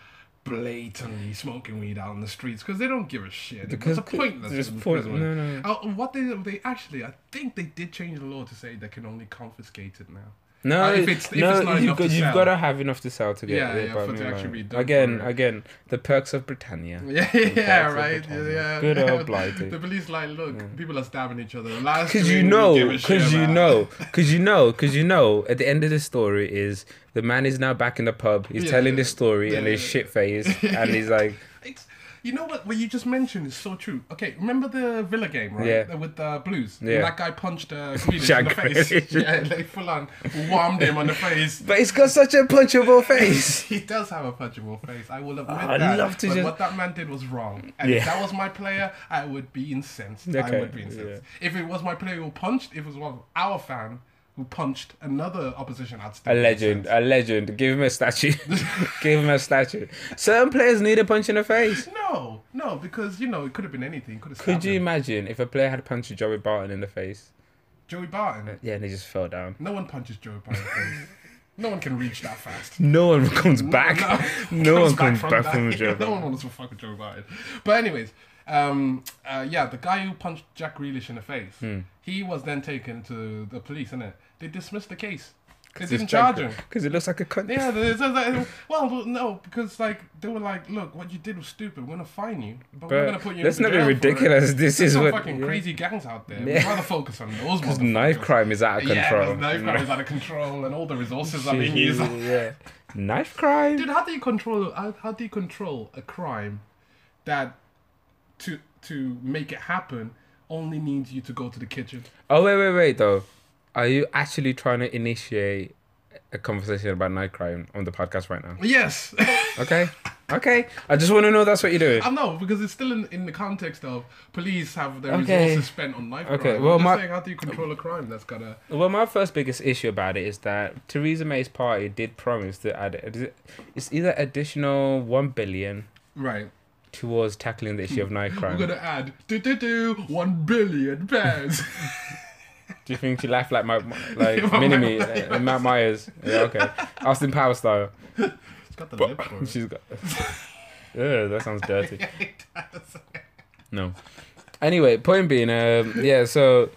[SPEAKER 2] blatantly smoking weed out on the streets because they don't give a shit.
[SPEAKER 1] Because
[SPEAKER 2] it's a pointless.
[SPEAKER 1] there's point-
[SPEAKER 2] imprisonment.
[SPEAKER 1] no, no.
[SPEAKER 2] Uh, what they they actually, I think they did change the law to say they can only confiscate it now.
[SPEAKER 1] No,
[SPEAKER 2] Uh, if it's- if
[SPEAKER 1] no,
[SPEAKER 2] it's not
[SPEAKER 1] you've
[SPEAKER 2] enough
[SPEAKER 1] got
[SPEAKER 2] to
[SPEAKER 1] you've
[SPEAKER 2] sell.
[SPEAKER 1] got to have enough to sell to get
[SPEAKER 2] Yeah,
[SPEAKER 1] it.
[SPEAKER 2] yeah,
[SPEAKER 1] but
[SPEAKER 2] for it to
[SPEAKER 1] I mean,
[SPEAKER 2] actually
[SPEAKER 1] like,
[SPEAKER 2] be done
[SPEAKER 1] again,
[SPEAKER 2] for it.
[SPEAKER 1] again, the perks of Britannia.
[SPEAKER 2] Yeah,
[SPEAKER 1] Yeah,
[SPEAKER 2] yeah,
[SPEAKER 1] it's
[SPEAKER 2] right.
[SPEAKER 1] advertising.
[SPEAKER 2] Yeah,
[SPEAKER 1] Good
[SPEAKER 2] yeah.
[SPEAKER 1] old blighty.
[SPEAKER 2] The police like, look, people are stabbing each other. Last
[SPEAKER 1] Because
[SPEAKER 2] week
[SPEAKER 1] you
[SPEAKER 2] we
[SPEAKER 1] know,
[SPEAKER 2] give a shit
[SPEAKER 1] because you
[SPEAKER 2] about-
[SPEAKER 1] know, because you know, because you know. At the end of the story is the man is now back in the pub. He's
[SPEAKER 2] Yeah,
[SPEAKER 1] telling
[SPEAKER 2] yeah.
[SPEAKER 1] this story and
[SPEAKER 2] Yeah,
[SPEAKER 1] his
[SPEAKER 2] yeah.
[SPEAKER 1] shit face, and he's like,
[SPEAKER 2] It's you know what what you just mentioned is so true. Okay, remember the Villa game, right?
[SPEAKER 1] Yeah.
[SPEAKER 2] With the Blues.
[SPEAKER 1] Yeah.
[SPEAKER 2] That guy punched uh, Grealish
[SPEAKER 1] Jack
[SPEAKER 2] in the face.
[SPEAKER 1] Grealish.
[SPEAKER 2] yeah, like full on whammed him on the face.
[SPEAKER 1] but it's got such a punchable face.
[SPEAKER 2] He does have a punchable face. I will admit
[SPEAKER 1] I'd
[SPEAKER 2] that.
[SPEAKER 1] love to
[SPEAKER 2] but
[SPEAKER 1] just-
[SPEAKER 2] what that man did was wrong. And
[SPEAKER 1] Yeah.
[SPEAKER 2] if that was my player, I would be incensed.
[SPEAKER 1] Okay,
[SPEAKER 2] I would be
[SPEAKER 1] yeah.
[SPEAKER 2] incensed. If it was my player who punched, if it was one of our fan who punched another opposition, I'd still
[SPEAKER 1] A
[SPEAKER 2] be
[SPEAKER 1] legend,
[SPEAKER 2] incensed.
[SPEAKER 1] a legend. Give him a statue. Give him a statue. Certain players need a punch in the face.
[SPEAKER 2] No, no, because you know it could have been anything. Could have
[SPEAKER 1] Could you imagine if a player had punched Joey Barton in the face?
[SPEAKER 2] Joey Barton.
[SPEAKER 1] Yeah, and he just fell down.
[SPEAKER 2] No one punches Joey Barton. in the face. no one can reach that fast.
[SPEAKER 1] No one comes back. No, one comes back, from the Joe
[SPEAKER 2] that. No one wants to fuck with Joe Biden. But anyways, um, uh, yeah, the guy who punched Jack Grealish in the face,
[SPEAKER 1] Hmm.
[SPEAKER 2] he was then taken to the police, innit? They dismissed the case. They didn't charge him.
[SPEAKER 1] because it looks like a cunt.
[SPEAKER 2] Yeah, they said that- well, no, because like they were like, look, what you did was stupid. We're gonna fine you, but, we're gonna
[SPEAKER 1] But
[SPEAKER 2] put you.
[SPEAKER 1] let's
[SPEAKER 2] in
[SPEAKER 1] not be ridiculous. This
[SPEAKER 2] There's
[SPEAKER 1] is
[SPEAKER 2] some
[SPEAKER 1] what
[SPEAKER 2] fucking crazy gangs out there.
[SPEAKER 1] Yeah.
[SPEAKER 2] We'd rather focus on those.
[SPEAKER 1] Because
[SPEAKER 2] Because
[SPEAKER 1] knife crime is out of
[SPEAKER 2] Yeah,
[SPEAKER 1] control.
[SPEAKER 2] 'cause knife crime is out of control, and all the resources are being used.
[SPEAKER 1] yeah. Knife crime.
[SPEAKER 2] Dude, how do you control? How, how do you control a crime that to to make it happen only needs you to go to the kitchen?
[SPEAKER 1] Oh wait, wait, wait though. Are you actually trying to initiate a conversation about knife crime on the podcast right now?
[SPEAKER 2] Yes,
[SPEAKER 1] Okay. Okay. I just want to know that's what you're doing.
[SPEAKER 2] I know because it's still in, in the context of police have their
[SPEAKER 1] Okay.
[SPEAKER 2] resources spent on knife
[SPEAKER 1] Okay,
[SPEAKER 2] crime.
[SPEAKER 1] well,
[SPEAKER 2] I'm just
[SPEAKER 1] my-
[SPEAKER 2] saying, how do you control a crime that's gotta?
[SPEAKER 1] Well, my first biggest issue about it is that Theresa May's party did promise to add it's either additional one billion
[SPEAKER 2] Right,
[SPEAKER 1] towards tackling the issue of knife crime.
[SPEAKER 2] we're gonna add do do do one billion pounds.
[SPEAKER 1] Do you think she laughed like my like
[SPEAKER 2] Yeah,
[SPEAKER 1] Mini
[SPEAKER 2] Mike
[SPEAKER 1] Me uh, Matt Myers? Yeah, okay. Austin Power style.
[SPEAKER 2] it's got the lip for it.
[SPEAKER 1] She's got. Ugh, that sounds dirty.
[SPEAKER 2] It does.
[SPEAKER 1] No. Anyway, point being, um, yeah, so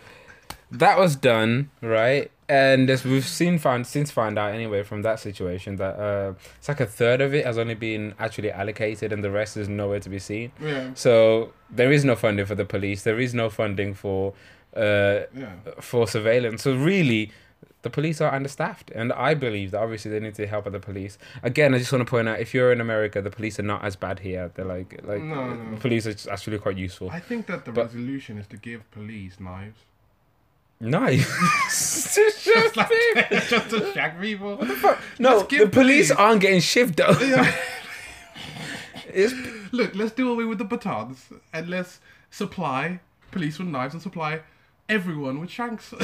[SPEAKER 1] that was done, right? And as we've seen, found since found out anyway from that situation that uh, it's like a third of it has only been actually allocated, and the rest is nowhere to be seen.
[SPEAKER 2] yeah,
[SPEAKER 1] So there is no funding for the police. There is no funding for uh,
[SPEAKER 2] yeah.
[SPEAKER 1] for surveillance. So really, the police are understaffed, and I believe that obviously they need to help at the police. Again, I just want to point out if you're in America, the police are not as bad here. They're like like
[SPEAKER 2] No, no.
[SPEAKER 1] the police are just actually quite useful.
[SPEAKER 2] I think that the
[SPEAKER 1] But-
[SPEAKER 2] resolution is to give police knives.
[SPEAKER 1] Nice. It's just
[SPEAKER 2] Just like-
[SPEAKER 1] it.
[SPEAKER 2] just to shag people.
[SPEAKER 1] no,
[SPEAKER 2] give
[SPEAKER 1] the police
[SPEAKER 2] police-
[SPEAKER 1] aren't getting shift though.
[SPEAKER 2] Yeah.
[SPEAKER 1] It's,
[SPEAKER 2] Look, let's do away with the batons and let's supply police with knives and supply everyone with shanks.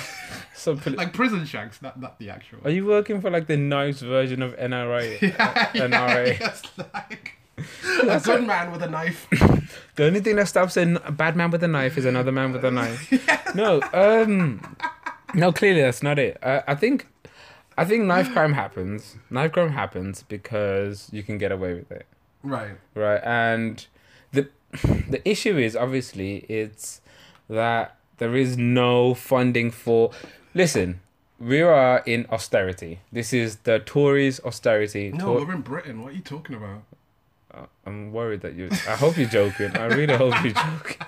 [SPEAKER 1] so poli-
[SPEAKER 2] like prison shanks, not, not the actual.
[SPEAKER 1] are you working for like the knives version of NRA? Uh, NRA.
[SPEAKER 2] Just like a good man with a knife.
[SPEAKER 1] The only thing that stops a, n- a bad man with a knife is another man with a knife. No, um, no, clearly that's not it. Uh, I think, I think knife crime happens. Knife crime happens because you can get away with it,
[SPEAKER 2] right.
[SPEAKER 1] right? And the the issue is obviously it's that there is no funding for. Listen, we are in austerity. This is the Tories' austerity.
[SPEAKER 2] No,
[SPEAKER 1] Tor-
[SPEAKER 2] we're in Britain. What are you talking about?
[SPEAKER 1] I- I'm worried that you. I hope you're joking. I really hope you're joking.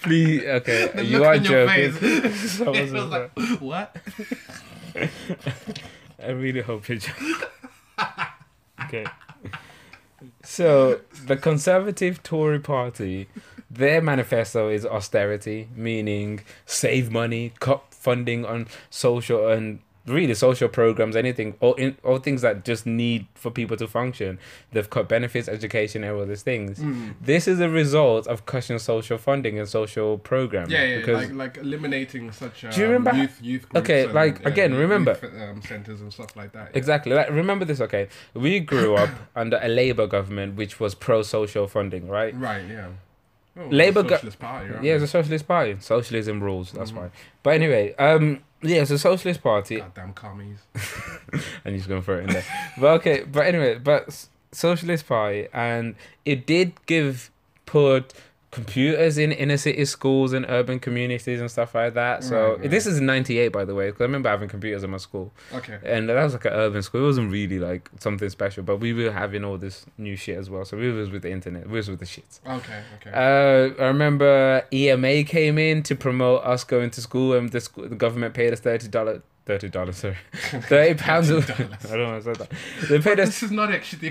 [SPEAKER 1] Please, okay,
[SPEAKER 2] The
[SPEAKER 1] you
[SPEAKER 2] look
[SPEAKER 1] are
[SPEAKER 2] on your
[SPEAKER 1] joking.
[SPEAKER 2] face.
[SPEAKER 1] So I
[SPEAKER 2] It
[SPEAKER 1] was
[SPEAKER 2] was
[SPEAKER 1] like,
[SPEAKER 2] like, what?
[SPEAKER 1] I really hope you're joking. okay. So the Conservative Tory Party, their manifesto is austerity, meaning save money, cut funding on social and really social programs, anything, all in, all things that just need for people to function. They've cut benefits, education, and all these
[SPEAKER 2] Mm.
[SPEAKER 1] things.
[SPEAKER 2] Hmm.
[SPEAKER 1] This is a result of cutting social funding and social programs.
[SPEAKER 2] Yeah, yeah, like, like eliminating such um,
[SPEAKER 1] Do you remember-
[SPEAKER 2] youth youth groups
[SPEAKER 1] Okay,
[SPEAKER 2] and,
[SPEAKER 1] like,
[SPEAKER 2] yeah,
[SPEAKER 1] again,
[SPEAKER 2] youth-
[SPEAKER 1] remember-
[SPEAKER 2] youth, um, centers and stuff like that. yeah.
[SPEAKER 1] Exactly. Like, remember this, okay? We grew up under a Labour government which was pro social funding, right?
[SPEAKER 2] Right, yeah. Oh,
[SPEAKER 1] Labour go-
[SPEAKER 2] Socialist Party, right?
[SPEAKER 1] Yeah, it's a socialist party. Socialism rules,
[SPEAKER 2] Mm.
[SPEAKER 1] that's why. But anyway, um, yeah, it's a socialist party.
[SPEAKER 2] Goddamn commies.
[SPEAKER 1] And he's going for it in there. but okay, but anyway, but s- socialist party, and it did give put computers in inner city schools and urban communities and stuff like that. So
[SPEAKER 2] Right, right.
[SPEAKER 1] this is '98, by the way, because I remember having computers in my school,
[SPEAKER 2] Okay.
[SPEAKER 1] and that was like an urban school. It wasn't really like something special, but we were having all this new shit as well. So we was with the internet. We was with the shit.
[SPEAKER 2] Okay. Okay.
[SPEAKER 1] Uh, I remember EMA came in to promote us going to school, and the, school, the government paid us thirty dollars. Thirty dollars, sorry, thirty pounds. I don't
[SPEAKER 2] $30.
[SPEAKER 1] know why I said that. They
[SPEAKER 2] But
[SPEAKER 1] paid us.
[SPEAKER 2] this is not actually the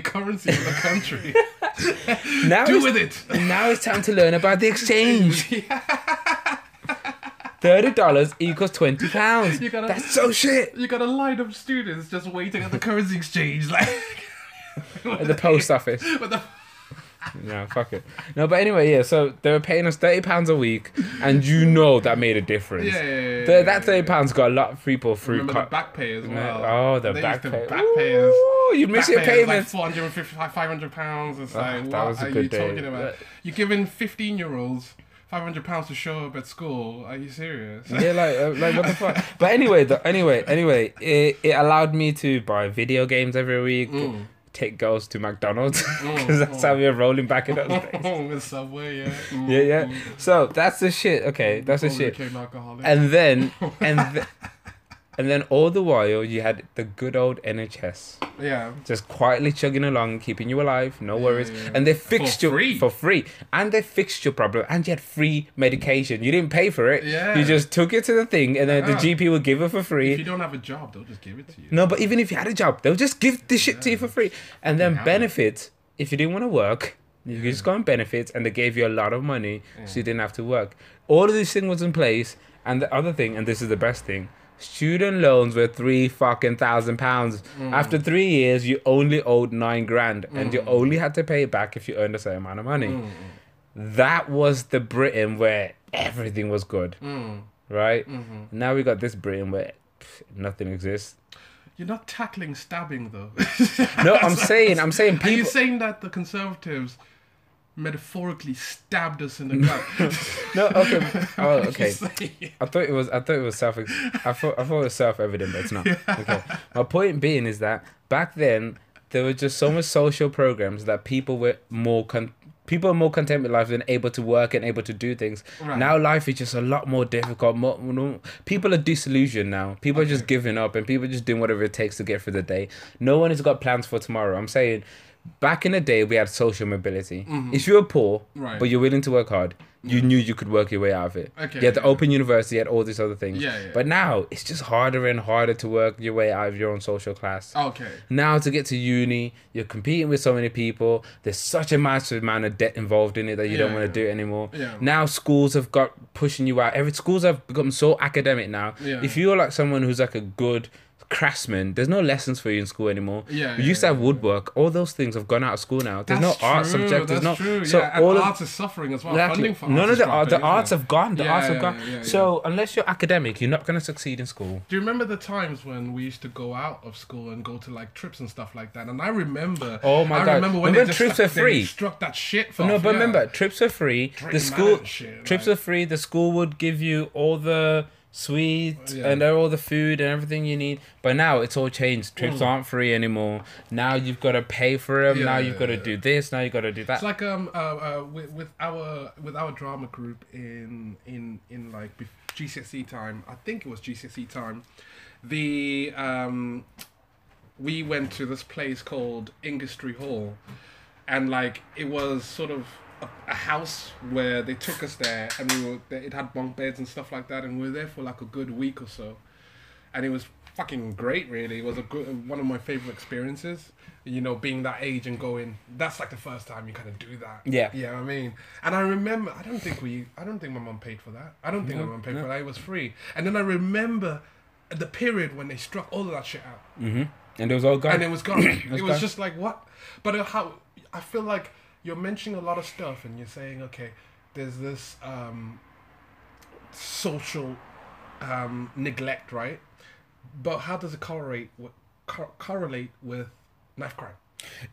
[SPEAKER 2] currency of the country.
[SPEAKER 1] Now
[SPEAKER 2] Do
[SPEAKER 1] it's,
[SPEAKER 2] with it.
[SPEAKER 1] now it's time to learn about the exchange. Thirty dollars equals twenty pounds.
[SPEAKER 2] You gotta-
[SPEAKER 1] That's so shit.
[SPEAKER 2] You got a line of students just waiting at the currency exchange, like
[SPEAKER 1] At the post office.
[SPEAKER 2] with the
[SPEAKER 1] No, fuck it. No, but anyway, yeah. So they were paying us thirty pounds a week, and you know that made a difference.
[SPEAKER 2] yeah. yeah, yeah,
[SPEAKER 1] The-
[SPEAKER 2] yeah,
[SPEAKER 1] that
[SPEAKER 2] yeah,
[SPEAKER 1] thirty pounds got a lot of people through.
[SPEAKER 2] Remember
[SPEAKER 1] co-
[SPEAKER 2] the back pay as well.
[SPEAKER 1] Oh, the
[SPEAKER 2] They
[SPEAKER 1] back,
[SPEAKER 2] used to
[SPEAKER 1] pay.
[SPEAKER 2] back payers.
[SPEAKER 1] Ooh, you
[SPEAKER 2] Back
[SPEAKER 1] miss your
[SPEAKER 2] pay is like
[SPEAKER 1] payments. Ah,
[SPEAKER 2] 450, 500 pounds. It's like,
[SPEAKER 1] that
[SPEAKER 2] what
[SPEAKER 1] was a
[SPEAKER 2] are
[SPEAKER 1] good
[SPEAKER 2] you
[SPEAKER 1] day.
[SPEAKER 2] talking about? You're giving 15 year olds 500 pounds to show up at school. Are you serious?
[SPEAKER 1] yeah, like, uh, like what the fuck. But anyway, though, anyway, anyway, it, it allowed me to buy video games every week. Take girls to McDonald's because
[SPEAKER 2] Mm,
[SPEAKER 1] that's how we were rolling back in those days.
[SPEAKER 2] the subway, yeah. Mm,
[SPEAKER 1] Yeah, yeah.
[SPEAKER 2] mm.
[SPEAKER 1] So that's the shit. Okay, that's the
[SPEAKER 2] Before we
[SPEAKER 1] shit.
[SPEAKER 2] became alcoholic.
[SPEAKER 1] And then and th- and then all the while you had the good old NHS
[SPEAKER 2] yeah.
[SPEAKER 1] just quietly chugging along, keeping you alive, no
[SPEAKER 2] Yeah,
[SPEAKER 1] worries.
[SPEAKER 2] yeah.
[SPEAKER 1] And they fixed
[SPEAKER 2] Mm. For
[SPEAKER 1] your
[SPEAKER 2] free.
[SPEAKER 1] for free, and they fixed your problem, and you had free medication. You didn't pay for it.
[SPEAKER 2] Yeah. Uh-huh.
[SPEAKER 1] You just took it to the thing, and then
[SPEAKER 2] Yeah.
[SPEAKER 1] the GP would give it for
[SPEAKER 2] If you
[SPEAKER 1] free.
[SPEAKER 2] don't have a job, they'll just give it to you.
[SPEAKER 1] No, but even if you had a job, they'll just give this shit to you for free. And then
[SPEAKER 2] Yeah.
[SPEAKER 1] benefits, if you didn't want to work, you could just go on benefits, and they gave you a lot of money, so you didn't have to work. All of these things was in place, and the other thing, and this is the best thing. Student loans were three fucking thousand pounds.
[SPEAKER 2] Mm.
[SPEAKER 1] After three years, you only owed nine grand, and you only had to pay it back if you earned a certain amount of money.
[SPEAKER 2] Mm.
[SPEAKER 1] That was the Britain where everything was good,
[SPEAKER 2] Mm.
[SPEAKER 1] right? Now we got this Britain where pff, nothing exists.
[SPEAKER 2] You're not tackling stabbing, though.
[SPEAKER 1] No, I'm saying, I'm saying
[SPEAKER 2] Are you
[SPEAKER 1] people.
[SPEAKER 2] saying that the Conservatives metaphorically stabbed us in the gut?
[SPEAKER 1] No, okay, oh, okay.
[SPEAKER 2] okay.
[SPEAKER 1] I thought it was, I thought it was self, I thought, I thought it was self-evident, but it's not. Okay. My point being is that back then there were just so much social programs that people were more con- people are more content with life and able to work and able to do things.
[SPEAKER 2] Right.
[SPEAKER 1] Now life is just a lot more difficult. More, no- people are disillusioned now. People are just giving up and people are just doing whatever it takes to get through the day. No one has got plans for tomorrow. I'm saying. Back in the day, we had social mobility. If you were poor,
[SPEAKER 2] Mm-hmm. Right. Mm-hmm.
[SPEAKER 1] but you're willing to work hard, you knew you could work your way out of it.
[SPEAKER 2] Okay,
[SPEAKER 1] you had the
[SPEAKER 2] yeah.
[SPEAKER 1] open university, you had all these other things.
[SPEAKER 2] Yeah, yeah.
[SPEAKER 1] But now it's just harder and harder to work your way out of your own social class.
[SPEAKER 2] Okay.
[SPEAKER 1] Now to get to uni, you're competing with so many people. There's such a massive amount of debt involved in it that you don't
[SPEAKER 2] Yeah,
[SPEAKER 1] want to
[SPEAKER 2] yeah.
[SPEAKER 1] do it anymore.
[SPEAKER 2] Yeah.
[SPEAKER 1] Now schools have got pushing you out. Every schools have become so academic now.
[SPEAKER 2] Yeah.
[SPEAKER 1] If you're like someone who's like a good craftsman, there's no lessons for you in school anymore.
[SPEAKER 2] Yeah,
[SPEAKER 1] We
[SPEAKER 2] yeah,
[SPEAKER 1] used to
[SPEAKER 2] yeah,
[SPEAKER 1] have woodwork. All those things have gone out of school now. There's
[SPEAKER 2] That's
[SPEAKER 1] no art
[SPEAKER 2] true,
[SPEAKER 1] subject. There's
[SPEAKER 2] That's
[SPEAKER 1] no
[SPEAKER 2] true.
[SPEAKER 1] so
[SPEAKER 2] yeah, and
[SPEAKER 1] all of
[SPEAKER 2] arts is suffering as well.
[SPEAKER 1] Exactly.
[SPEAKER 2] Funding for
[SPEAKER 1] None
[SPEAKER 2] arts
[SPEAKER 1] of
[SPEAKER 2] is
[SPEAKER 1] the art, the
[SPEAKER 2] dropping, isn't
[SPEAKER 1] arts
[SPEAKER 2] it?
[SPEAKER 1] have gone. The
[SPEAKER 2] Yeah,
[SPEAKER 1] arts have
[SPEAKER 2] yeah,
[SPEAKER 1] gone.
[SPEAKER 2] yeah, yeah.
[SPEAKER 1] So unless you're academic, you're not gonna succeed in school.
[SPEAKER 2] Do you remember the times when we used to go out of school and go to like trips and stuff like that? And I remember.
[SPEAKER 1] Oh my
[SPEAKER 2] I
[SPEAKER 1] God.
[SPEAKER 2] remember when, they
[SPEAKER 1] Remember
[SPEAKER 2] just
[SPEAKER 1] trips
[SPEAKER 2] struck-
[SPEAKER 1] are
[SPEAKER 2] they
[SPEAKER 1] free?
[SPEAKER 2] Struck that shit.
[SPEAKER 1] no,
[SPEAKER 2] off,
[SPEAKER 1] but
[SPEAKER 2] Oh, yeah.
[SPEAKER 1] remember, trips are free. the
[SPEAKER 2] Drink
[SPEAKER 1] school
[SPEAKER 2] mad shit,
[SPEAKER 1] trips
[SPEAKER 2] like-
[SPEAKER 1] are free. The school would give you all the sweets
[SPEAKER 2] Yeah.
[SPEAKER 1] and all the food and everything you need. But now it's all changed. Trips
[SPEAKER 2] Hmm.
[SPEAKER 1] aren't free anymore. Now you've got to pay for them.
[SPEAKER 2] Yeah,
[SPEAKER 1] now
[SPEAKER 2] yeah,
[SPEAKER 1] you've got to
[SPEAKER 2] yeah.
[SPEAKER 1] do this. Now you've got to do that.
[SPEAKER 2] It's like um uh, uh with, with our with our drama group in in in like bef- GCSE E time. I think it was GCSE E time. The um we went to this place called Industry Hall, and like it was sort of a, a house where they took us there, and we were it had bunk beds and stuff like that, and we were there for like a good week or so and it was fucking great really it was a good one of my favorite experiences you know being that age and going that's like the first time you kind of do that
[SPEAKER 1] Yeah.
[SPEAKER 2] yeah i mean and i remember i don't think we i don't think my mum paid for that i don't think
[SPEAKER 1] No,
[SPEAKER 2] my mum paid
[SPEAKER 1] no.
[SPEAKER 2] for that it was free and then i remember the period when they struck all of that shit out
[SPEAKER 1] and it was all gone.
[SPEAKER 2] and it was gone. it was,
[SPEAKER 1] gone.
[SPEAKER 2] just like what? But uh, how? I feel like you're mentioning a lot of stuff, and you're saying, okay, there's this um, social um, neglect, right? But how does it correlate? With, cor- correlate with knife crime?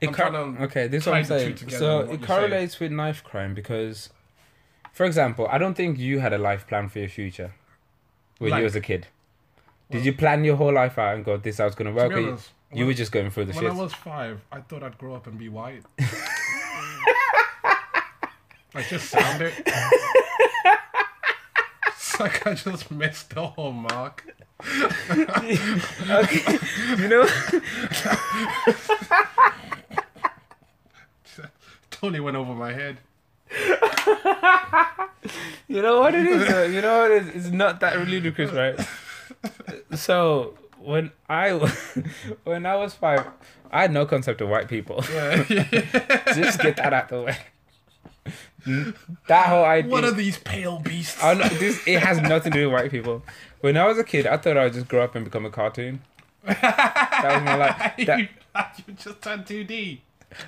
[SPEAKER 1] it
[SPEAKER 2] I'm
[SPEAKER 1] cor-
[SPEAKER 2] trying to
[SPEAKER 1] okay, this is what I'm
[SPEAKER 2] tie the two
[SPEAKER 1] saying.
[SPEAKER 2] together
[SPEAKER 1] So
[SPEAKER 2] on what
[SPEAKER 1] it
[SPEAKER 2] you're saying.
[SPEAKER 1] correlates with knife crime because, for example, I don't think you had a life plan for your future when
[SPEAKER 2] Like-
[SPEAKER 1] you was a kid. Did you plan your whole life out and go, this is how it's going to work? or you,
[SPEAKER 2] honest,
[SPEAKER 1] you were just going through the
[SPEAKER 2] When
[SPEAKER 1] shit.
[SPEAKER 2] I was five, I thought I'd grow up and be white. I just sound it. it's like I just missed the whole mark.
[SPEAKER 1] Okay. you know,
[SPEAKER 2] Totally went over my head.
[SPEAKER 1] you know what it is. Though? You know what it is. It's not that ludicrous, right? So when I when I was five, I had no concept of white people. Just get that out the way. That whole idea.
[SPEAKER 2] what are these pale beasts?
[SPEAKER 1] I don't know, this it has nothing to do with white people. When I was a kid, I thought I would just grow up and become a cartoon. That was my life. That-
[SPEAKER 2] you, you just turned 2D.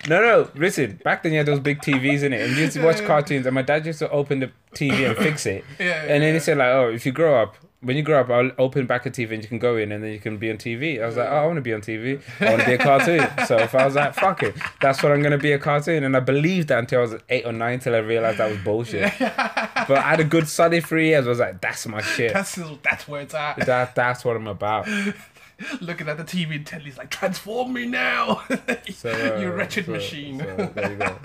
[SPEAKER 1] no, no, listen. Back then, you had those big TVs in it, and you used to watch
[SPEAKER 2] Yeah, yeah.
[SPEAKER 1] cartoons. And my dad used to open the TV and fix it.
[SPEAKER 2] Yeah, yeah,
[SPEAKER 1] and then
[SPEAKER 2] yeah.
[SPEAKER 1] he said, like, oh, if you grow up, when you grow up, I'll open back a TV and you can go in, and then you can be on TV. I was like, oh, I want to be on TV. I want to be a cartoon. so if I was like, fuck it, that's what I'm gonna be a cartoon. And I believed that until I was eight or nine, till I realized that was bullshit. but I had a good solid three years. I was like, that's my shit.
[SPEAKER 2] That's that's where it's at.
[SPEAKER 1] that that's what I'm about.
[SPEAKER 2] Looking at the TV and telly, he's like, transform me now.
[SPEAKER 1] So, uh,
[SPEAKER 2] you wretched
[SPEAKER 1] so-
[SPEAKER 2] machine.
[SPEAKER 1] so there you go.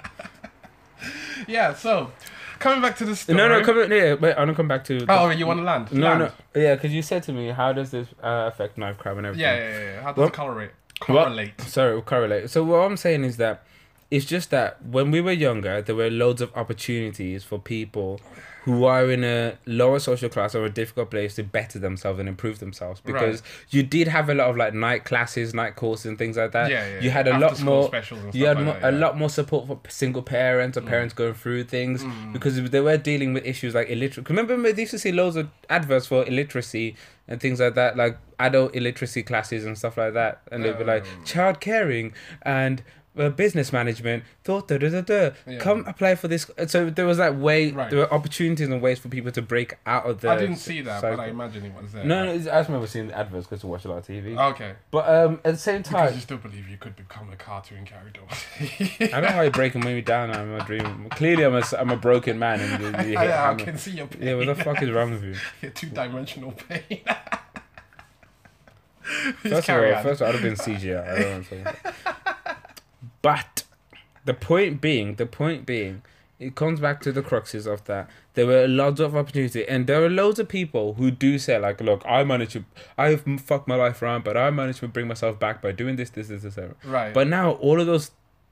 [SPEAKER 2] yeah. So, coming back to the story.
[SPEAKER 1] No, no, come yeah, wait, I don't come back to. the-
[SPEAKER 2] Oh, you want to land?
[SPEAKER 1] no,
[SPEAKER 2] land.
[SPEAKER 1] no, yeah, because you said to me, how does this uh, affect knife crime and everything?
[SPEAKER 2] Yeah, yeah, yeah. yeah. How does
[SPEAKER 1] Well-
[SPEAKER 2] it correlate?
[SPEAKER 1] Well,
[SPEAKER 2] Correlate.
[SPEAKER 1] sorry, correlate. So what I'm saying is that it's just that when we were younger, there were loads of opportunities for people who are in a lower social class or a difficult place to better themselves and improve themselves because you did have a lot of like night classes, night courses, and things like that.
[SPEAKER 2] Yeah, yeah,
[SPEAKER 1] You had
[SPEAKER 2] yeah.
[SPEAKER 1] a lot
[SPEAKER 2] After-school
[SPEAKER 1] more.
[SPEAKER 2] specials and
[SPEAKER 1] You
[SPEAKER 2] stuff
[SPEAKER 1] had
[SPEAKER 2] like
[SPEAKER 1] mo-
[SPEAKER 2] that,
[SPEAKER 1] a
[SPEAKER 2] yeah. Mm.
[SPEAKER 1] lot more support for p- single parents or parents going through things because they were dealing with issues like illiteracy. Remember, they used to see loads of adverts for illiteracy and things like that, like adult illiteracy classes and stuff like that. And they'd be like,
[SPEAKER 2] Oh.
[SPEAKER 1] child caring and uh, business management, thought da da da da.
[SPEAKER 2] Yeah.
[SPEAKER 1] Come apply for this. uh, So there was that way,
[SPEAKER 2] Right.
[SPEAKER 1] there were opportunities and ways for people to break out of the.
[SPEAKER 2] I didn't see that, but I
[SPEAKER 1] cycle.
[SPEAKER 2] imagine it was there.
[SPEAKER 1] No, no, I just remember seeing the adverts because I watch a lot of TV.
[SPEAKER 2] Okay.
[SPEAKER 1] but um, at the same
[SPEAKER 2] Oh. Because
[SPEAKER 1] time,
[SPEAKER 2] you still believe you could become a cartoon character.
[SPEAKER 1] I don't know how you're breaking me down. I'm a dream. Clearly, I'm a, s- I'm a broken man. And you, you hit
[SPEAKER 2] yeah, I
[SPEAKER 1] hammer.
[SPEAKER 2] can see your pain.
[SPEAKER 1] Yeah, what the fuck is wrong with you?
[SPEAKER 2] Your two-dimensional pain. Just
[SPEAKER 1] First of,
[SPEAKER 2] carry
[SPEAKER 1] all,
[SPEAKER 2] on.
[SPEAKER 1] first of all, I'd have been CGI. I don't know what I'm talking about. But the point being, the point being, it comes back to the cruxes of that. There were loads of opportunity, and there are loads of people who do say like, "Look, I managed to, I've m- fucked my life around, but I managed to bring myself back by doing this, this, this, this." that."
[SPEAKER 2] Right.
[SPEAKER 1] But now all of those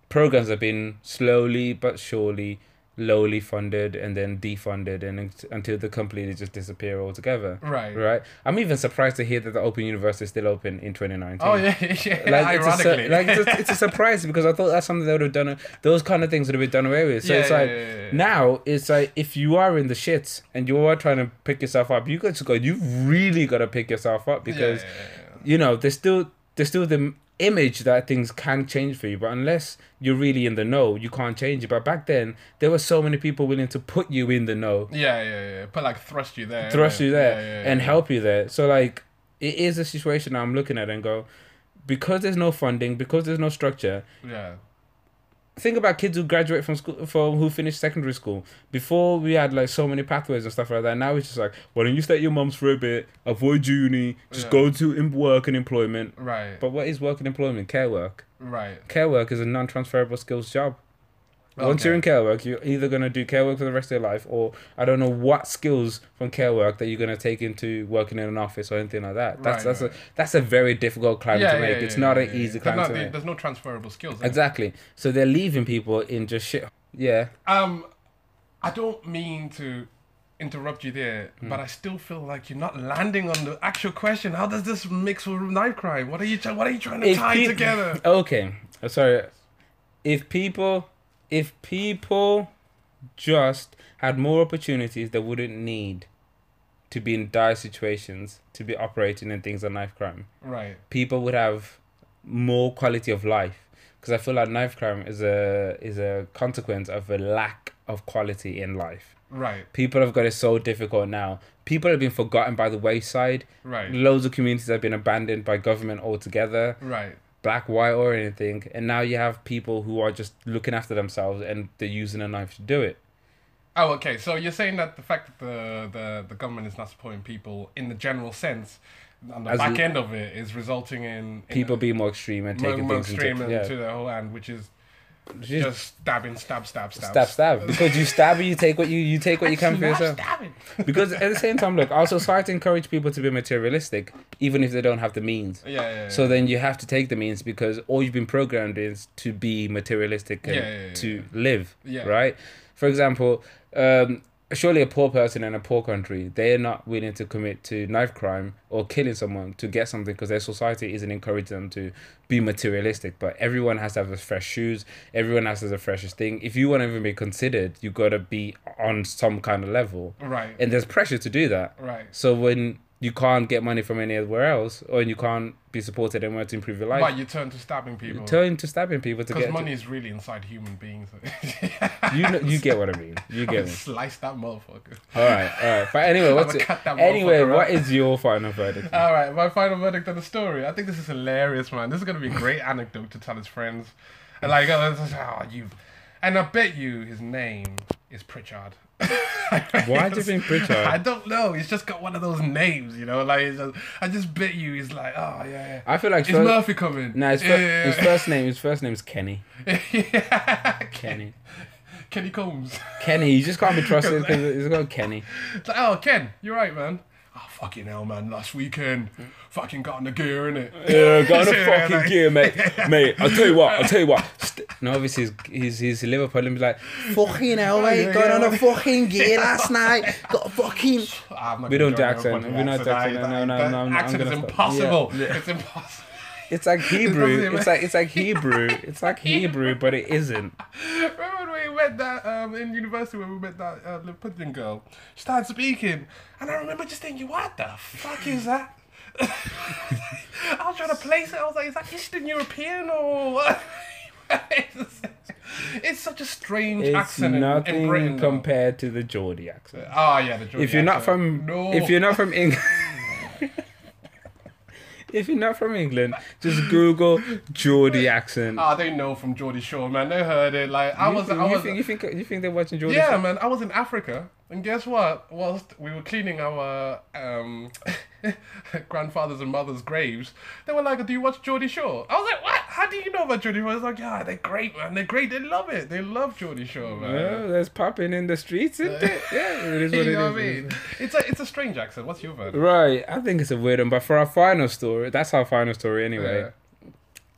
[SPEAKER 1] programs have been slowly but surely, lowly funded and then defunded, and un- until the completely just disappear altogether.
[SPEAKER 2] Right.
[SPEAKER 1] Right. I'm even surprised to hear that the Open Universe is still open in 2019.
[SPEAKER 2] Oh yeah, yeah.
[SPEAKER 1] Like, it's a,
[SPEAKER 2] ironically,
[SPEAKER 1] sur- like it's, a, it's a surprise because I thought that's something that would have done those kind of things would have been done away with. So
[SPEAKER 2] Yeah,
[SPEAKER 1] it's
[SPEAKER 2] yeah,
[SPEAKER 1] like
[SPEAKER 2] yeah, yeah, yeah.
[SPEAKER 1] now it's like if you are in the shits and you are trying to pick yourself up, you got to go. You really got to pick yourself up
[SPEAKER 2] Yeah, yeah,
[SPEAKER 1] because
[SPEAKER 2] yeah, yeah.
[SPEAKER 1] you know there's still there's still the image that things can change for you, but unless you're really in the know, you can't change it. But back then there were so many people willing to put you in the know
[SPEAKER 2] Yeah, yeah, yeah. But like thrust you there.
[SPEAKER 1] thrust
[SPEAKER 2] yeah.
[SPEAKER 1] you there
[SPEAKER 2] Yeah, yeah,
[SPEAKER 1] and
[SPEAKER 2] yeah.
[SPEAKER 1] help you there. So like it is a situation I'm looking at and go because there's no funding, because there's no structure.
[SPEAKER 2] Yeah.
[SPEAKER 1] Think about kids who graduate from school, from who finish secondary school. Before we had like so many pathways and stuff like that. Now it's just like, why don't you stay at your mum's for a bit, avoid uni, just
[SPEAKER 2] Yeah.
[SPEAKER 1] go to in work and employment.
[SPEAKER 2] Right.
[SPEAKER 1] But what is work and employment? Care work.
[SPEAKER 2] right.
[SPEAKER 1] Care work is a non-transferable skills job. Once
[SPEAKER 2] Okay.
[SPEAKER 1] you're in care work, you're either going to do care work for the rest of your life, or I don't know what skills from care work that you're going to take into working in an office or anything like that. That's
[SPEAKER 2] Right,
[SPEAKER 1] that's
[SPEAKER 2] right.
[SPEAKER 1] a that's a very difficult climb
[SPEAKER 2] yeah,
[SPEAKER 1] to
[SPEAKER 2] yeah,
[SPEAKER 1] make.
[SPEAKER 2] yeah,
[SPEAKER 1] it's
[SPEAKER 2] yeah,
[SPEAKER 1] not
[SPEAKER 2] yeah,
[SPEAKER 1] an
[SPEAKER 2] yeah.
[SPEAKER 1] easy
[SPEAKER 2] There's
[SPEAKER 1] climb
[SPEAKER 2] no,
[SPEAKER 1] to make.
[SPEAKER 2] there's no transferable skills. is there?
[SPEAKER 1] Exactly. So they're leaving people in just shit. Yeah.
[SPEAKER 2] Um, I don't mean to interrupt you there,
[SPEAKER 1] Hmm.
[SPEAKER 2] but I still feel like you're not landing on the actual question. How does this mix with knife crime? What are you? Try- what are you trying to
[SPEAKER 1] If
[SPEAKER 2] tie
[SPEAKER 1] peop-
[SPEAKER 2] together?
[SPEAKER 1] Okay. I'm Sorry. If people, if people, just had more opportunities, they wouldn't need to be in dire situations to be operating in things like knife crime.
[SPEAKER 2] Right.
[SPEAKER 1] people would have more quality of life because I feel like knife crime is a is a consequence of a lack of quality in life.
[SPEAKER 2] Right.
[SPEAKER 1] People have got it so difficult now. People have been forgotten by the wayside.
[SPEAKER 2] Right.
[SPEAKER 1] Loads of communities have been abandoned by government altogether,
[SPEAKER 2] Right.
[SPEAKER 1] black, white, or anything. And now you have people who are just looking after themselves and they're using a knife to do it.
[SPEAKER 2] Oh, okay. So you're saying that the fact that the the, the government is not supporting people in the general sense, on the
[SPEAKER 1] As
[SPEAKER 2] back
[SPEAKER 1] l-
[SPEAKER 2] end of it, is resulting in, in
[SPEAKER 1] People being more extreme and
[SPEAKER 2] more,
[SPEAKER 1] taking
[SPEAKER 2] more
[SPEAKER 1] things
[SPEAKER 2] extreme
[SPEAKER 1] into
[SPEAKER 2] and
[SPEAKER 1] yeah.
[SPEAKER 2] to their whole hand, which is
[SPEAKER 1] Just
[SPEAKER 2] Just stabbing, stab, stab, stab.
[SPEAKER 1] stab, stab. Because you stab, you take what you you take what you can for
[SPEAKER 2] Stab,
[SPEAKER 1] yourself.
[SPEAKER 2] stabbing.
[SPEAKER 1] Because at the same time, look, our society encourage people to be materialistic, even if they don't have the means.
[SPEAKER 2] Yeah, yeah, yeah.
[SPEAKER 1] So then you have to take the means because all you've been programmed is to be materialistic and
[SPEAKER 2] Yeah, yeah, yeah,
[SPEAKER 1] to live,
[SPEAKER 2] Yeah.
[SPEAKER 1] right? For example, um, surely a poor person in a poor country, they are not willing to commit to knife crime or killing someone to get something because their society isn't encouraging them to be materialistic. But everyone has to have the fresh shoes. Everyone has to have the freshest thing. If you want to even be considered, you got to be on some kind of level.
[SPEAKER 2] right,
[SPEAKER 1] And there's pressure to do that.
[SPEAKER 2] right.
[SPEAKER 1] So when you can't get money from anywhere else, or you can't be supported anywhere to improve your life,
[SPEAKER 2] But you turn to stabbing people.
[SPEAKER 1] turn to stabbing people to
[SPEAKER 2] Because
[SPEAKER 1] get
[SPEAKER 2] money is really inside human beings.
[SPEAKER 1] you. Know, you get what I mean. You get me.
[SPEAKER 2] Slice that motherfucker.
[SPEAKER 1] All right, all right. But anyway, what's
[SPEAKER 2] I'ma
[SPEAKER 1] it?
[SPEAKER 2] cut that
[SPEAKER 1] Anyway,
[SPEAKER 2] motherfucker
[SPEAKER 1] what
[SPEAKER 2] up.
[SPEAKER 1] is your final verdict?
[SPEAKER 2] All right, my final verdict on the story. I think this is hilarious, man. This is gonna be a great anecdote to tell his friends. And like, oh, this is- oh, you, and I bet you his name is Pritchard.
[SPEAKER 1] Why do you think Pritchard?
[SPEAKER 2] I don't know. He's just got one of those names, you know. Like, it's just, I just bet you he's like, oh yeah, yeah.
[SPEAKER 1] I feel like
[SPEAKER 2] Is
[SPEAKER 1] first,
[SPEAKER 2] Murphy coming?
[SPEAKER 1] no, his, fir- his
[SPEAKER 2] yeah.
[SPEAKER 1] first name. His first name's Kenny. Kenny.
[SPEAKER 2] Kenny Combs.
[SPEAKER 1] Kenny. You just can't be trusted because he's called Kenny.
[SPEAKER 2] It's like, oh, Ken, you're right, man. Oh, fucking hell, man. Last weekend, fucking got in the gear, innit?
[SPEAKER 1] Yeah, got a
[SPEAKER 2] Yeah,
[SPEAKER 1] fucking
[SPEAKER 2] like-
[SPEAKER 1] gear, mate. Mate, I'll tell you what, I'll tell you what. St- no, obviously, he's, he's, he's Liverpool and be like, fucking hell, mate,
[SPEAKER 2] yeah,
[SPEAKER 1] got
[SPEAKER 2] yeah.
[SPEAKER 1] on a fucking gear last night. Got a fucking.
[SPEAKER 2] Ah, I'm not
[SPEAKER 1] We
[SPEAKER 2] gonna
[SPEAKER 1] don't
[SPEAKER 2] join
[SPEAKER 1] do accent.
[SPEAKER 2] nobody
[SPEAKER 1] We don't do accent. No, no, no,
[SPEAKER 2] that
[SPEAKER 1] no, I'm
[SPEAKER 2] accent is
[SPEAKER 1] gonna stop.
[SPEAKER 2] impossible. It's impossible.
[SPEAKER 1] It's like Hebrew.
[SPEAKER 2] even-
[SPEAKER 1] It's like it's like Hebrew. It's like Hebrew, but it isn't.
[SPEAKER 2] Remember when we met that um, in university when we met that uh, Lipudian girl? She started speaking, and I remember just thinking, what the fuck is that? I was trying to place it. I was like, is that Eastern European or what? it's such a strange
[SPEAKER 1] It's
[SPEAKER 2] accent in- in Britain.
[SPEAKER 1] nothing
[SPEAKER 2] though.
[SPEAKER 1] compared to the Geordie accent.
[SPEAKER 2] Oh yeah, the Geordie
[SPEAKER 1] If you're not
[SPEAKER 2] accent.
[SPEAKER 1] from,
[SPEAKER 2] no,
[SPEAKER 1] if you're not from England. If you're not from England, just Google Geordie accent.
[SPEAKER 2] ah, they know from Geordie Shore, man. They heard it. Like I
[SPEAKER 1] You
[SPEAKER 2] was,
[SPEAKER 1] think-
[SPEAKER 2] I
[SPEAKER 1] you
[SPEAKER 2] was,
[SPEAKER 1] think you think you think they're watching Geordie?
[SPEAKER 2] yeah, man. I was in Africa, and guess what? Whilst we were cleaning our um, grandfathers and mothers' graves, they were like, "Do you watch Geordie Shore?" I was like, "What? How do you know about Geordie Shore?" I was like, "Yeah, they're great, man. They're great. They love it. They love Geordie Shore, man."
[SPEAKER 1] Well, Oh, there's popping in the streets, isn't it? Yeah, it is what
[SPEAKER 2] You
[SPEAKER 1] it
[SPEAKER 2] know what I
[SPEAKER 1] is.
[SPEAKER 2] mean? It's a it's a strange accent. What's your word?
[SPEAKER 1] Right, I think it's a weird one, but for our final story, that's our final story anyway.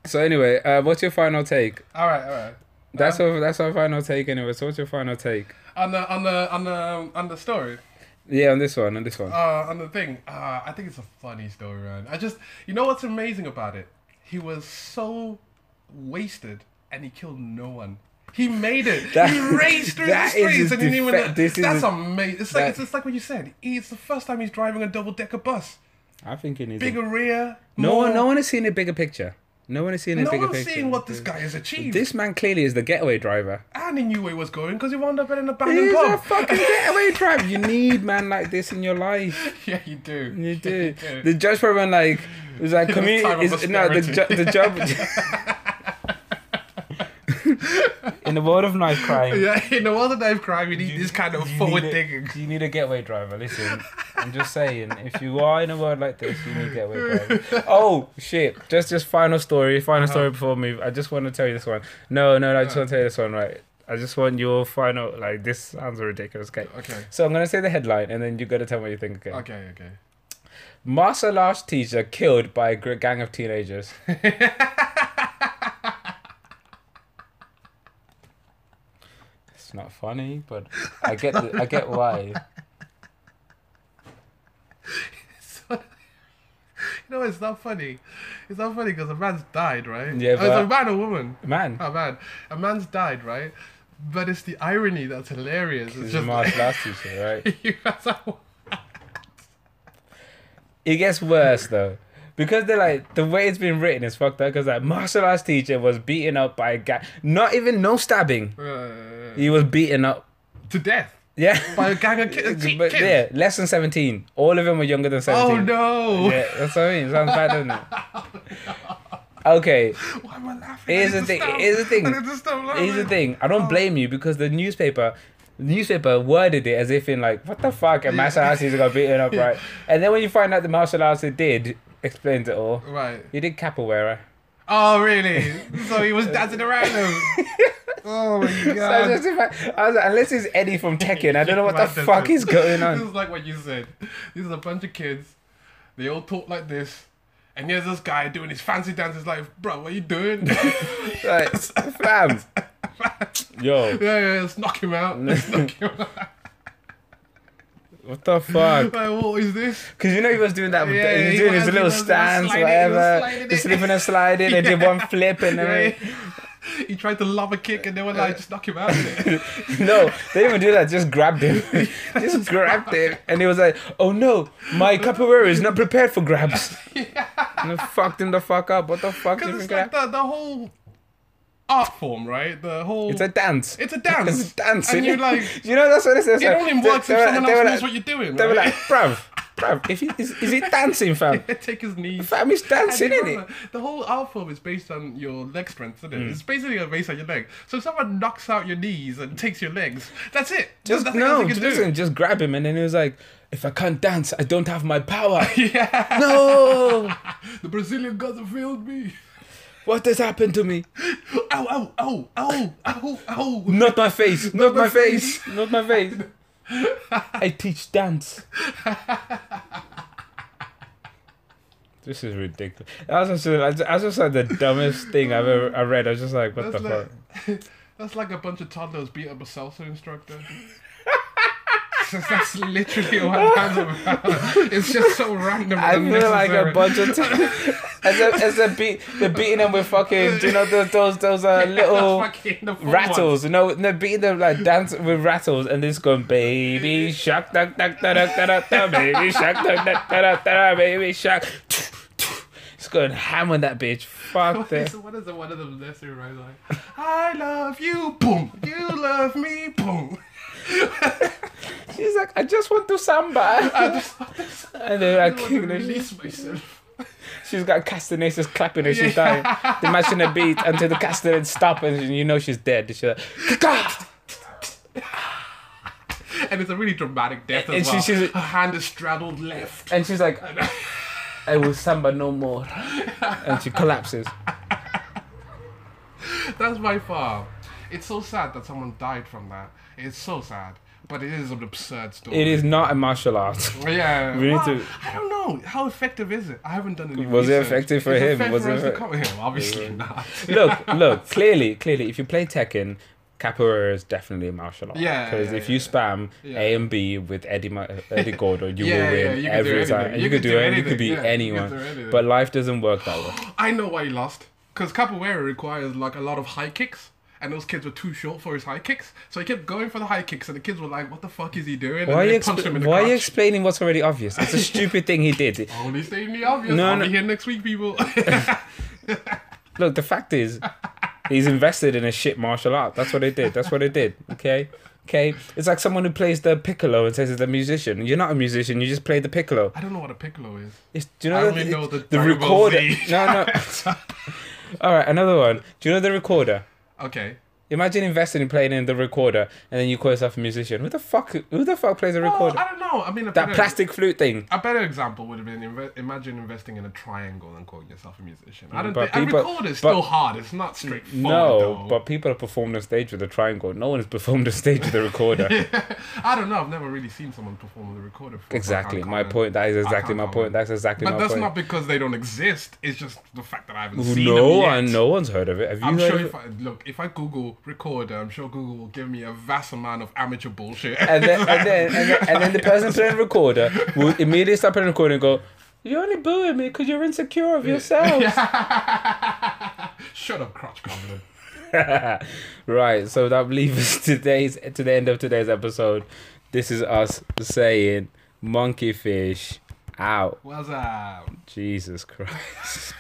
[SPEAKER 1] So anyway, uh, what's your final take?
[SPEAKER 2] All right, all right.
[SPEAKER 1] That's
[SPEAKER 2] Um,
[SPEAKER 1] our that's our final take anyway. So what's your final take?
[SPEAKER 2] On the on the on the on the story.
[SPEAKER 1] Yeah, on this one, on this one.
[SPEAKER 2] uh, on the thing, uh, I think it's a funny story, man. I just, you know what's amazing about it? He was so wasted and he killed no one. He made it.
[SPEAKER 1] That-
[SPEAKER 2] he raced through the
[SPEAKER 1] that is his
[SPEAKER 2] streets and he didn't even.
[SPEAKER 1] defe- this is
[SPEAKER 2] that's
[SPEAKER 1] a-
[SPEAKER 2] amazing. It's like
[SPEAKER 1] that-
[SPEAKER 2] it's, it's like what you said. He, it's the first time he's driving a double decker bus.
[SPEAKER 1] I think it needs. A,
[SPEAKER 2] Bigger rear.
[SPEAKER 1] no
[SPEAKER 2] more-
[SPEAKER 1] one, no one has seen a bigger picture. No one has seen a
[SPEAKER 2] No
[SPEAKER 1] bigger
[SPEAKER 2] one's
[SPEAKER 1] picture.
[SPEAKER 2] seeing what this guy has achieved.
[SPEAKER 1] This man clearly is the getaway driver.
[SPEAKER 2] and he knew where he was going because he wound up in an abandoned
[SPEAKER 1] He's a
[SPEAKER 2] pub.
[SPEAKER 1] fucking getaway driver. You need man like this in your life.
[SPEAKER 2] yeah, you do.
[SPEAKER 1] You do.
[SPEAKER 2] Yeah.
[SPEAKER 1] The judge probably went like it was like community.
[SPEAKER 2] time of
[SPEAKER 1] Is, no, the ju-
[SPEAKER 2] austerity.
[SPEAKER 1] the judge. In the world of knife crime,
[SPEAKER 2] Yeah, in the world of knife crime, you need this kind of
[SPEAKER 1] you
[SPEAKER 2] forward
[SPEAKER 1] need a-
[SPEAKER 2] thinking.
[SPEAKER 1] You need a getaway driver. Listen, I'm just saying, if you are in a world like this, you need getaway driver. Oh shit! Just just final story,
[SPEAKER 2] Uh-huh.
[SPEAKER 1] final story before we move. I just want to tell you this one. No, no, no I just want to tell you this one. Right. I just want your final like this sounds ridiculous. Okay.
[SPEAKER 2] Okay.
[SPEAKER 1] So I'm gonna say the headline, and then you gotta tell me what you think. Okay.
[SPEAKER 2] Okay, okay.
[SPEAKER 1] Martial arts teacher killed by a gr- gang of teenagers. it's not funny, but I get the, I get why.
[SPEAKER 2] You know, it's not funny. It's not funny because a man's died, right?
[SPEAKER 1] Yeah,
[SPEAKER 2] Oh,
[SPEAKER 1] but-
[SPEAKER 2] it's a man or woman.
[SPEAKER 1] Man,
[SPEAKER 2] Oh man, a man's died, right? But it's the irony that's hilarious. It's
[SPEAKER 1] he's a
[SPEAKER 2] just
[SPEAKER 1] martial arts teacher, right?
[SPEAKER 2] you guys are-
[SPEAKER 1] It gets worse though. Because they're like the way it's been written is fucked up. Because like martial arts teacher was beaten up by a gang, not even no stabbing.
[SPEAKER 2] uh,
[SPEAKER 1] He was beaten up.
[SPEAKER 2] to death
[SPEAKER 1] Yeah,
[SPEAKER 2] by a gang of ki-
[SPEAKER 1] but
[SPEAKER 2] ki- kids.
[SPEAKER 1] yeah, less than seventeen. All of them were younger than
[SPEAKER 2] Oh
[SPEAKER 1] seventeen.
[SPEAKER 2] no!
[SPEAKER 1] Yeah, that's what I mean. Sounds bad, doesn't it? Okay,
[SPEAKER 2] Why am I laughing?
[SPEAKER 1] here's the
[SPEAKER 2] I need to
[SPEAKER 1] thing.
[SPEAKER 2] stop.
[SPEAKER 1] Here's the
[SPEAKER 2] I
[SPEAKER 1] thing.
[SPEAKER 2] need to stop laughing.
[SPEAKER 1] Here's the thing. I don't blame you because the newspaper, newspaper worded it as if in like, what the fuck, and martial arts teacher got beaten up, right? And then when you find out the martial arts it did explains it all.
[SPEAKER 2] Right.
[SPEAKER 1] He did capoeira.
[SPEAKER 2] Oh, really? So he was dancing around him. Oh my
[SPEAKER 1] So I
[SPEAKER 2] god.
[SPEAKER 1] was just like- I was like, unless it's Eddie from Tekken, I don't know what the
[SPEAKER 2] Right, that's
[SPEAKER 1] fuck
[SPEAKER 2] it.
[SPEAKER 1] is going
[SPEAKER 2] This
[SPEAKER 1] on.
[SPEAKER 2] is like what you said. This is a bunch of kids. They all talk like this. And here's this guy doing his fancy dances like, bro, what are you doing? yeah,
[SPEAKER 1] Like, fam. Yo,
[SPEAKER 2] yeah, let's knock him out. Let's knock him out.
[SPEAKER 1] what the fuck?
[SPEAKER 2] Like, what is this?
[SPEAKER 1] Because you know he was doing that.
[SPEAKER 2] Yeah,
[SPEAKER 1] he was
[SPEAKER 2] he
[SPEAKER 1] doing his
[SPEAKER 2] was- he
[SPEAKER 1] little
[SPEAKER 2] was- he was
[SPEAKER 1] stance,
[SPEAKER 2] sliding, he was
[SPEAKER 1] whatever.
[SPEAKER 2] sliding
[SPEAKER 1] Just
[SPEAKER 2] it.
[SPEAKER 1] slipping and sliding. They did one flip and
[SPEAKER 2] Yeah.
[SPEAKER 1] then.
[SPEAKER 2] he tried to lob a kick and they were like, just knock him out.
[SPEAKER 1] No, they didn't even do that. Just grabbed him. just grabbed him. And he was like, oh no, my capoeira is not prepared for grabs. And it fucked him the fuck up. What the fuck do you
[SPEAKER 2] Because
[SPEAKER 1] think that?
[SPEAKER 2] it's like the, the whole art form, right? The whole.
[SPEAKER 1] It's a dance.
[SPEAKER 2] It's a dance.
[SPEAKER 1] It's a dance.
[SPEAKER 2] And
[SPEAKER 1] innit?
[SPEAKER 2] you're like,
[SPEAKER 1] you know, that's what it says.
[SPEAKER 2] it only works if someone else knows
[SPEAKER 1] like,
[SPEAKER 2] what you're doing.
[SPEAKER 1] They were like,
[SPEAKER 2] Right?
[SPEAKER 1] bruv, bruv, if he, is, is he dancing, fam?
[SPEAKER 2] Take his knees.
[SPEAKER 1] Fam, he's dancing,
[SPEAKER 2] And
[SPEAKER 1] innit?
[SPEAKER 2] remember, The whole art form is based on your leg strength, isn't it? It's basically based on your leg. So if someone knocks out your knees and takes your legs, that's it.
[SPEAKER 1] Just
[SPEAKER 2] that's
[SPEAKER 1] no,
[SPEAKER 2] you
[SPEAKER 1] just
[SPEAKER 2] can
[SPEAKER 1] listen, just grab him, and then he was like, "If I can't dance, I don't have my power."
[SPEAKER 2] do. Yeah.
[SPEAKER 1] no,
[SPEAKER 2] The Brazilian gods have failed me.
[SPEAKER 1] what has happened to me?
[SPEAKER 2] Ow, ow, ow, ow, ow, ow.
[SPEAKER 1] Not my face, not, my
[SPEAKER 2] my
[SPEAKER 1] face. not my face. I teach dance. This is ridiculous. I was just, I just, I just like the dumbest thing I've ever I read. I was just like, what
[SPEAKER 2] That's
[SPEAKER 1] the
[SPEAKER 2] like,
[SPEAKER 1] fuck?
[SPEAKER 2] that's like a bunch of toddlers beat up a salsa instructor. that's literally what that's about. It's just so random.
[SPEAKER 1] I
[SPEAKER 2] and
[SPEAKER 1] feel like a
[SPEAKER 2] unnecessary.
[SPEAKER 1] bunch of t- as a as a beat they're beating them with fucking do you know those those those uh, little
[SPEAKER 2] That's fucking the fun ones.
[SPEAKER 1] rattles you know they're beating them like dance with rattles and this going baby shark duck duck da da da da da baby shark duck duck da da da da baby shark it's going hammer that bitch fuck
[SPEAKER 2] What
[SPEAKER 1] this
[SPEAKER 2] is, what is the one of them nursery rhymes like? I love you, boom. You love me, boom.
[SPEAKER 1] she's like I just want to samba
[SPEAKER 2] I just want to
[SPEAKER 1] and they're
[SPEAKER 2] I
[SPEAKER 1] like
[SPEAKER 2] want to
[SPEAKER 1] kicking her shit.
[SPEAKER 2] release myself.
[SPEAKER 1] she's got castanets clapping and she's dying they're matching a beat until the castanets stop and you know she's dead she's like "Kaka!"
[SPEAKER 2] And it's a really dramatic death
[SPEAKER 1] And
[SPEAKER 2] as
[SPEAKER 1] she-
[SPEAKER 2] well.
[SPEAKER 1] she's-
[SPEAKER 2] Her hand is straddled left.
[SPEAKER 1] And she's like, I will samba no more. And she collapses.
[SPEAKER 2] That's by far. It's so sad that someone died from that. It's so sad. But it is an absurd story.
[SPEAKER 1] It is not a martial art.
[SPEAKER 2] Yeah.
[SPEAKER 1] We need
[SPEAKER 2] well,
[SPEAKER 1] to-
[SPEAKER 2] I don't know. How effective is it? I haven't done any
[SPEAKER 1] Was it
[SPEAKER 2] research.
[SPEAKER 1] effective for
[SPEAKER 2] Is
[SPEAKER 1] him?
[SPEAKER 2] Fair
[SPEAKER 1] Was
[SPEAKER 2] for
[SPEAKER 1] it
[SPEAKER 2] us
[SPEAKER 1] effe-
[SPEAKER 2] to come here? Obviously not.
[SPEAKER 1] Look, look, clearly, clearly, if you play Tekken, capoeira is definitely a martial art.
[SPEAKER 2] Yeah,
[SPEAKER 1] Because
[SPEAKER 2] yeah,
[SPEAKER 1] if you
[SPEAKER 2] yeah.
[SPEAKER 1] spam
[SPEAKER 2] Yeah.
[SPEAKER 1] A and B with Eddie, Ma- uh, Eddie Gordo, you
[SPEAKER 2] Yeah,
[SPEAKER 1] will
[SPEAKER 2] yeah,
[SPEAKER 1] win
[SPEAKER 2] you can do
[SPEAKER 1] every time.
[SPEAKER 2] anything.
[SPEAKER 1] You, could do it. You could be
[SPEAKER 2] anything, yeah, you could
[SPEAKER 1] anyone.
[SPEAKER 2] do anything.
[SPEAKER 1] But life doesn't work that way.
[SPEAKER 2] I know why he lost. Because capoeira requires like a lot of high kicks. And those kids were too short for his high kicks. So he kept going for the high kicks. And the kids were like, what the fuck is he doing?
[SPEAKER 1] Why are
[SPEAKER 2] and
[SPEAKER 1] you,
[SPEAKER 2] they
[SPEAKER 1] exp-
[SPEAKER 2] punched him in the
[SPEAKER 1] why are you
[SPEAKER 2] crotch. Oh,
[SPEAKER 1] explaining what's already obvious? It's a stupid thing he did.
[SPEAKER 2] Only stating the obvious.
[SPEAKER 1] No,
[SPEAKER 2] I'll
[SPEAKER 1] no.
[SPEAKER 2] be here next week, people.
[SPEAKER 1] Look, the fact is, he's invested in a shit martial art. That's what they did. That's what they did. Okay. Okay. It's like someone who plays the piccolo and says he's a musician. You're not a musician. You just play the piccolo.
[SPEAKER 2] I don't know what a piccolo is.
[SPEAKER 1] It's, do you
[SPEAKER 2] I
[SPEAKER 1] know
[SPEAKER 2] only
[SPEAKER 1] the,
[SPEAKER 2] know the
[SPEAKER 1] the
[SPEAKER 2] Dragon Ball
[SPEAKER 1] recorder?
[SPEAKER 2] Z.
[SPEAKER 1] No, no. All right, another one. Do you know the recorder?
[SPEAKER 2] Okay.
[SPEAKER 1] Imagine investing in playing in the recorder, and then you call yourself a musician. Who the fuck? Who the fuck plays a
[SPEAKER 2] Oh,
[SPEAKER 1] recorder?
[SPEAKER 2] I don't know. I mean, a
[SPEAKER 1] that
[SPEAKER 2] better-
[SPEAKER 1] plastic flute thing.
[SPEAKER 2] A better example would have been inve- imagine investing in a triangle and calling yourself a musician. I don't
[SPEAKER 1] But
[SPEAKER 2] think. A
[SPEAKER 1] people-
[SPEAKER 2] record is
[SPEAKER 1] but-
[SPEAKER 2] still hard. It's not straightforward.
[SPEAKER 1] No,
[SPEAKER 2] though.
[SPEAKER 1] but people have performed on stage with a triangle. No one has performed on stage with a recorder.
[SPEAKER 2] I don't know. I've never really seen someone perform with a recorder. Before, so I
[SPEAKER 1] Exactly.
[SPEAKER 2] can't
[SPEAKER 1] My
[SPEAKER 2] comment.
[SPEAKER 1] point. That is exactly
[SPEAKER 2] can't
[SPEAKER 1] my point.
[SPEAKER 2] comment.
[SPEAKER 1] That's exactly
[SPEAKER 2] But
[SPEAKER 1] my
[SPEAKER 2] that's
[SPEAKER 1] point.
[SPEAKER 2] not because they don't exist. It's just the fact that I haven't seen them
[SPEAKER 1] No,
[SPEAKER 2] yet.
[SPEAKER 1] and no one's heard of it. Have you
[SPEAKER 2] I'm
[SPEAKER 1] heard
[SPEAKER 2] sure
[SPEAKER 1] of it?
[SPEAKER 2] if I look, if I Google recorder, I'm sure Google will give me a vast amount of amateur bullshit.
[SPEAKER 1] And then, and then, and then, and then the person playing recorder will immediately start playing recorder and go, "You're only booing me because you're insecure of yourself."
[SPEAKER 2] Shut up, crotch goblin.
[SPEAKER 1] right. So that leaves us today's to the end of today's episode. This is us saying, "Monkey fish out."
[SPEAKER 2] What's up?
[SPEAKER 1] Jesus Christ.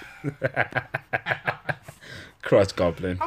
[SPEAKER 1] Christ goblin.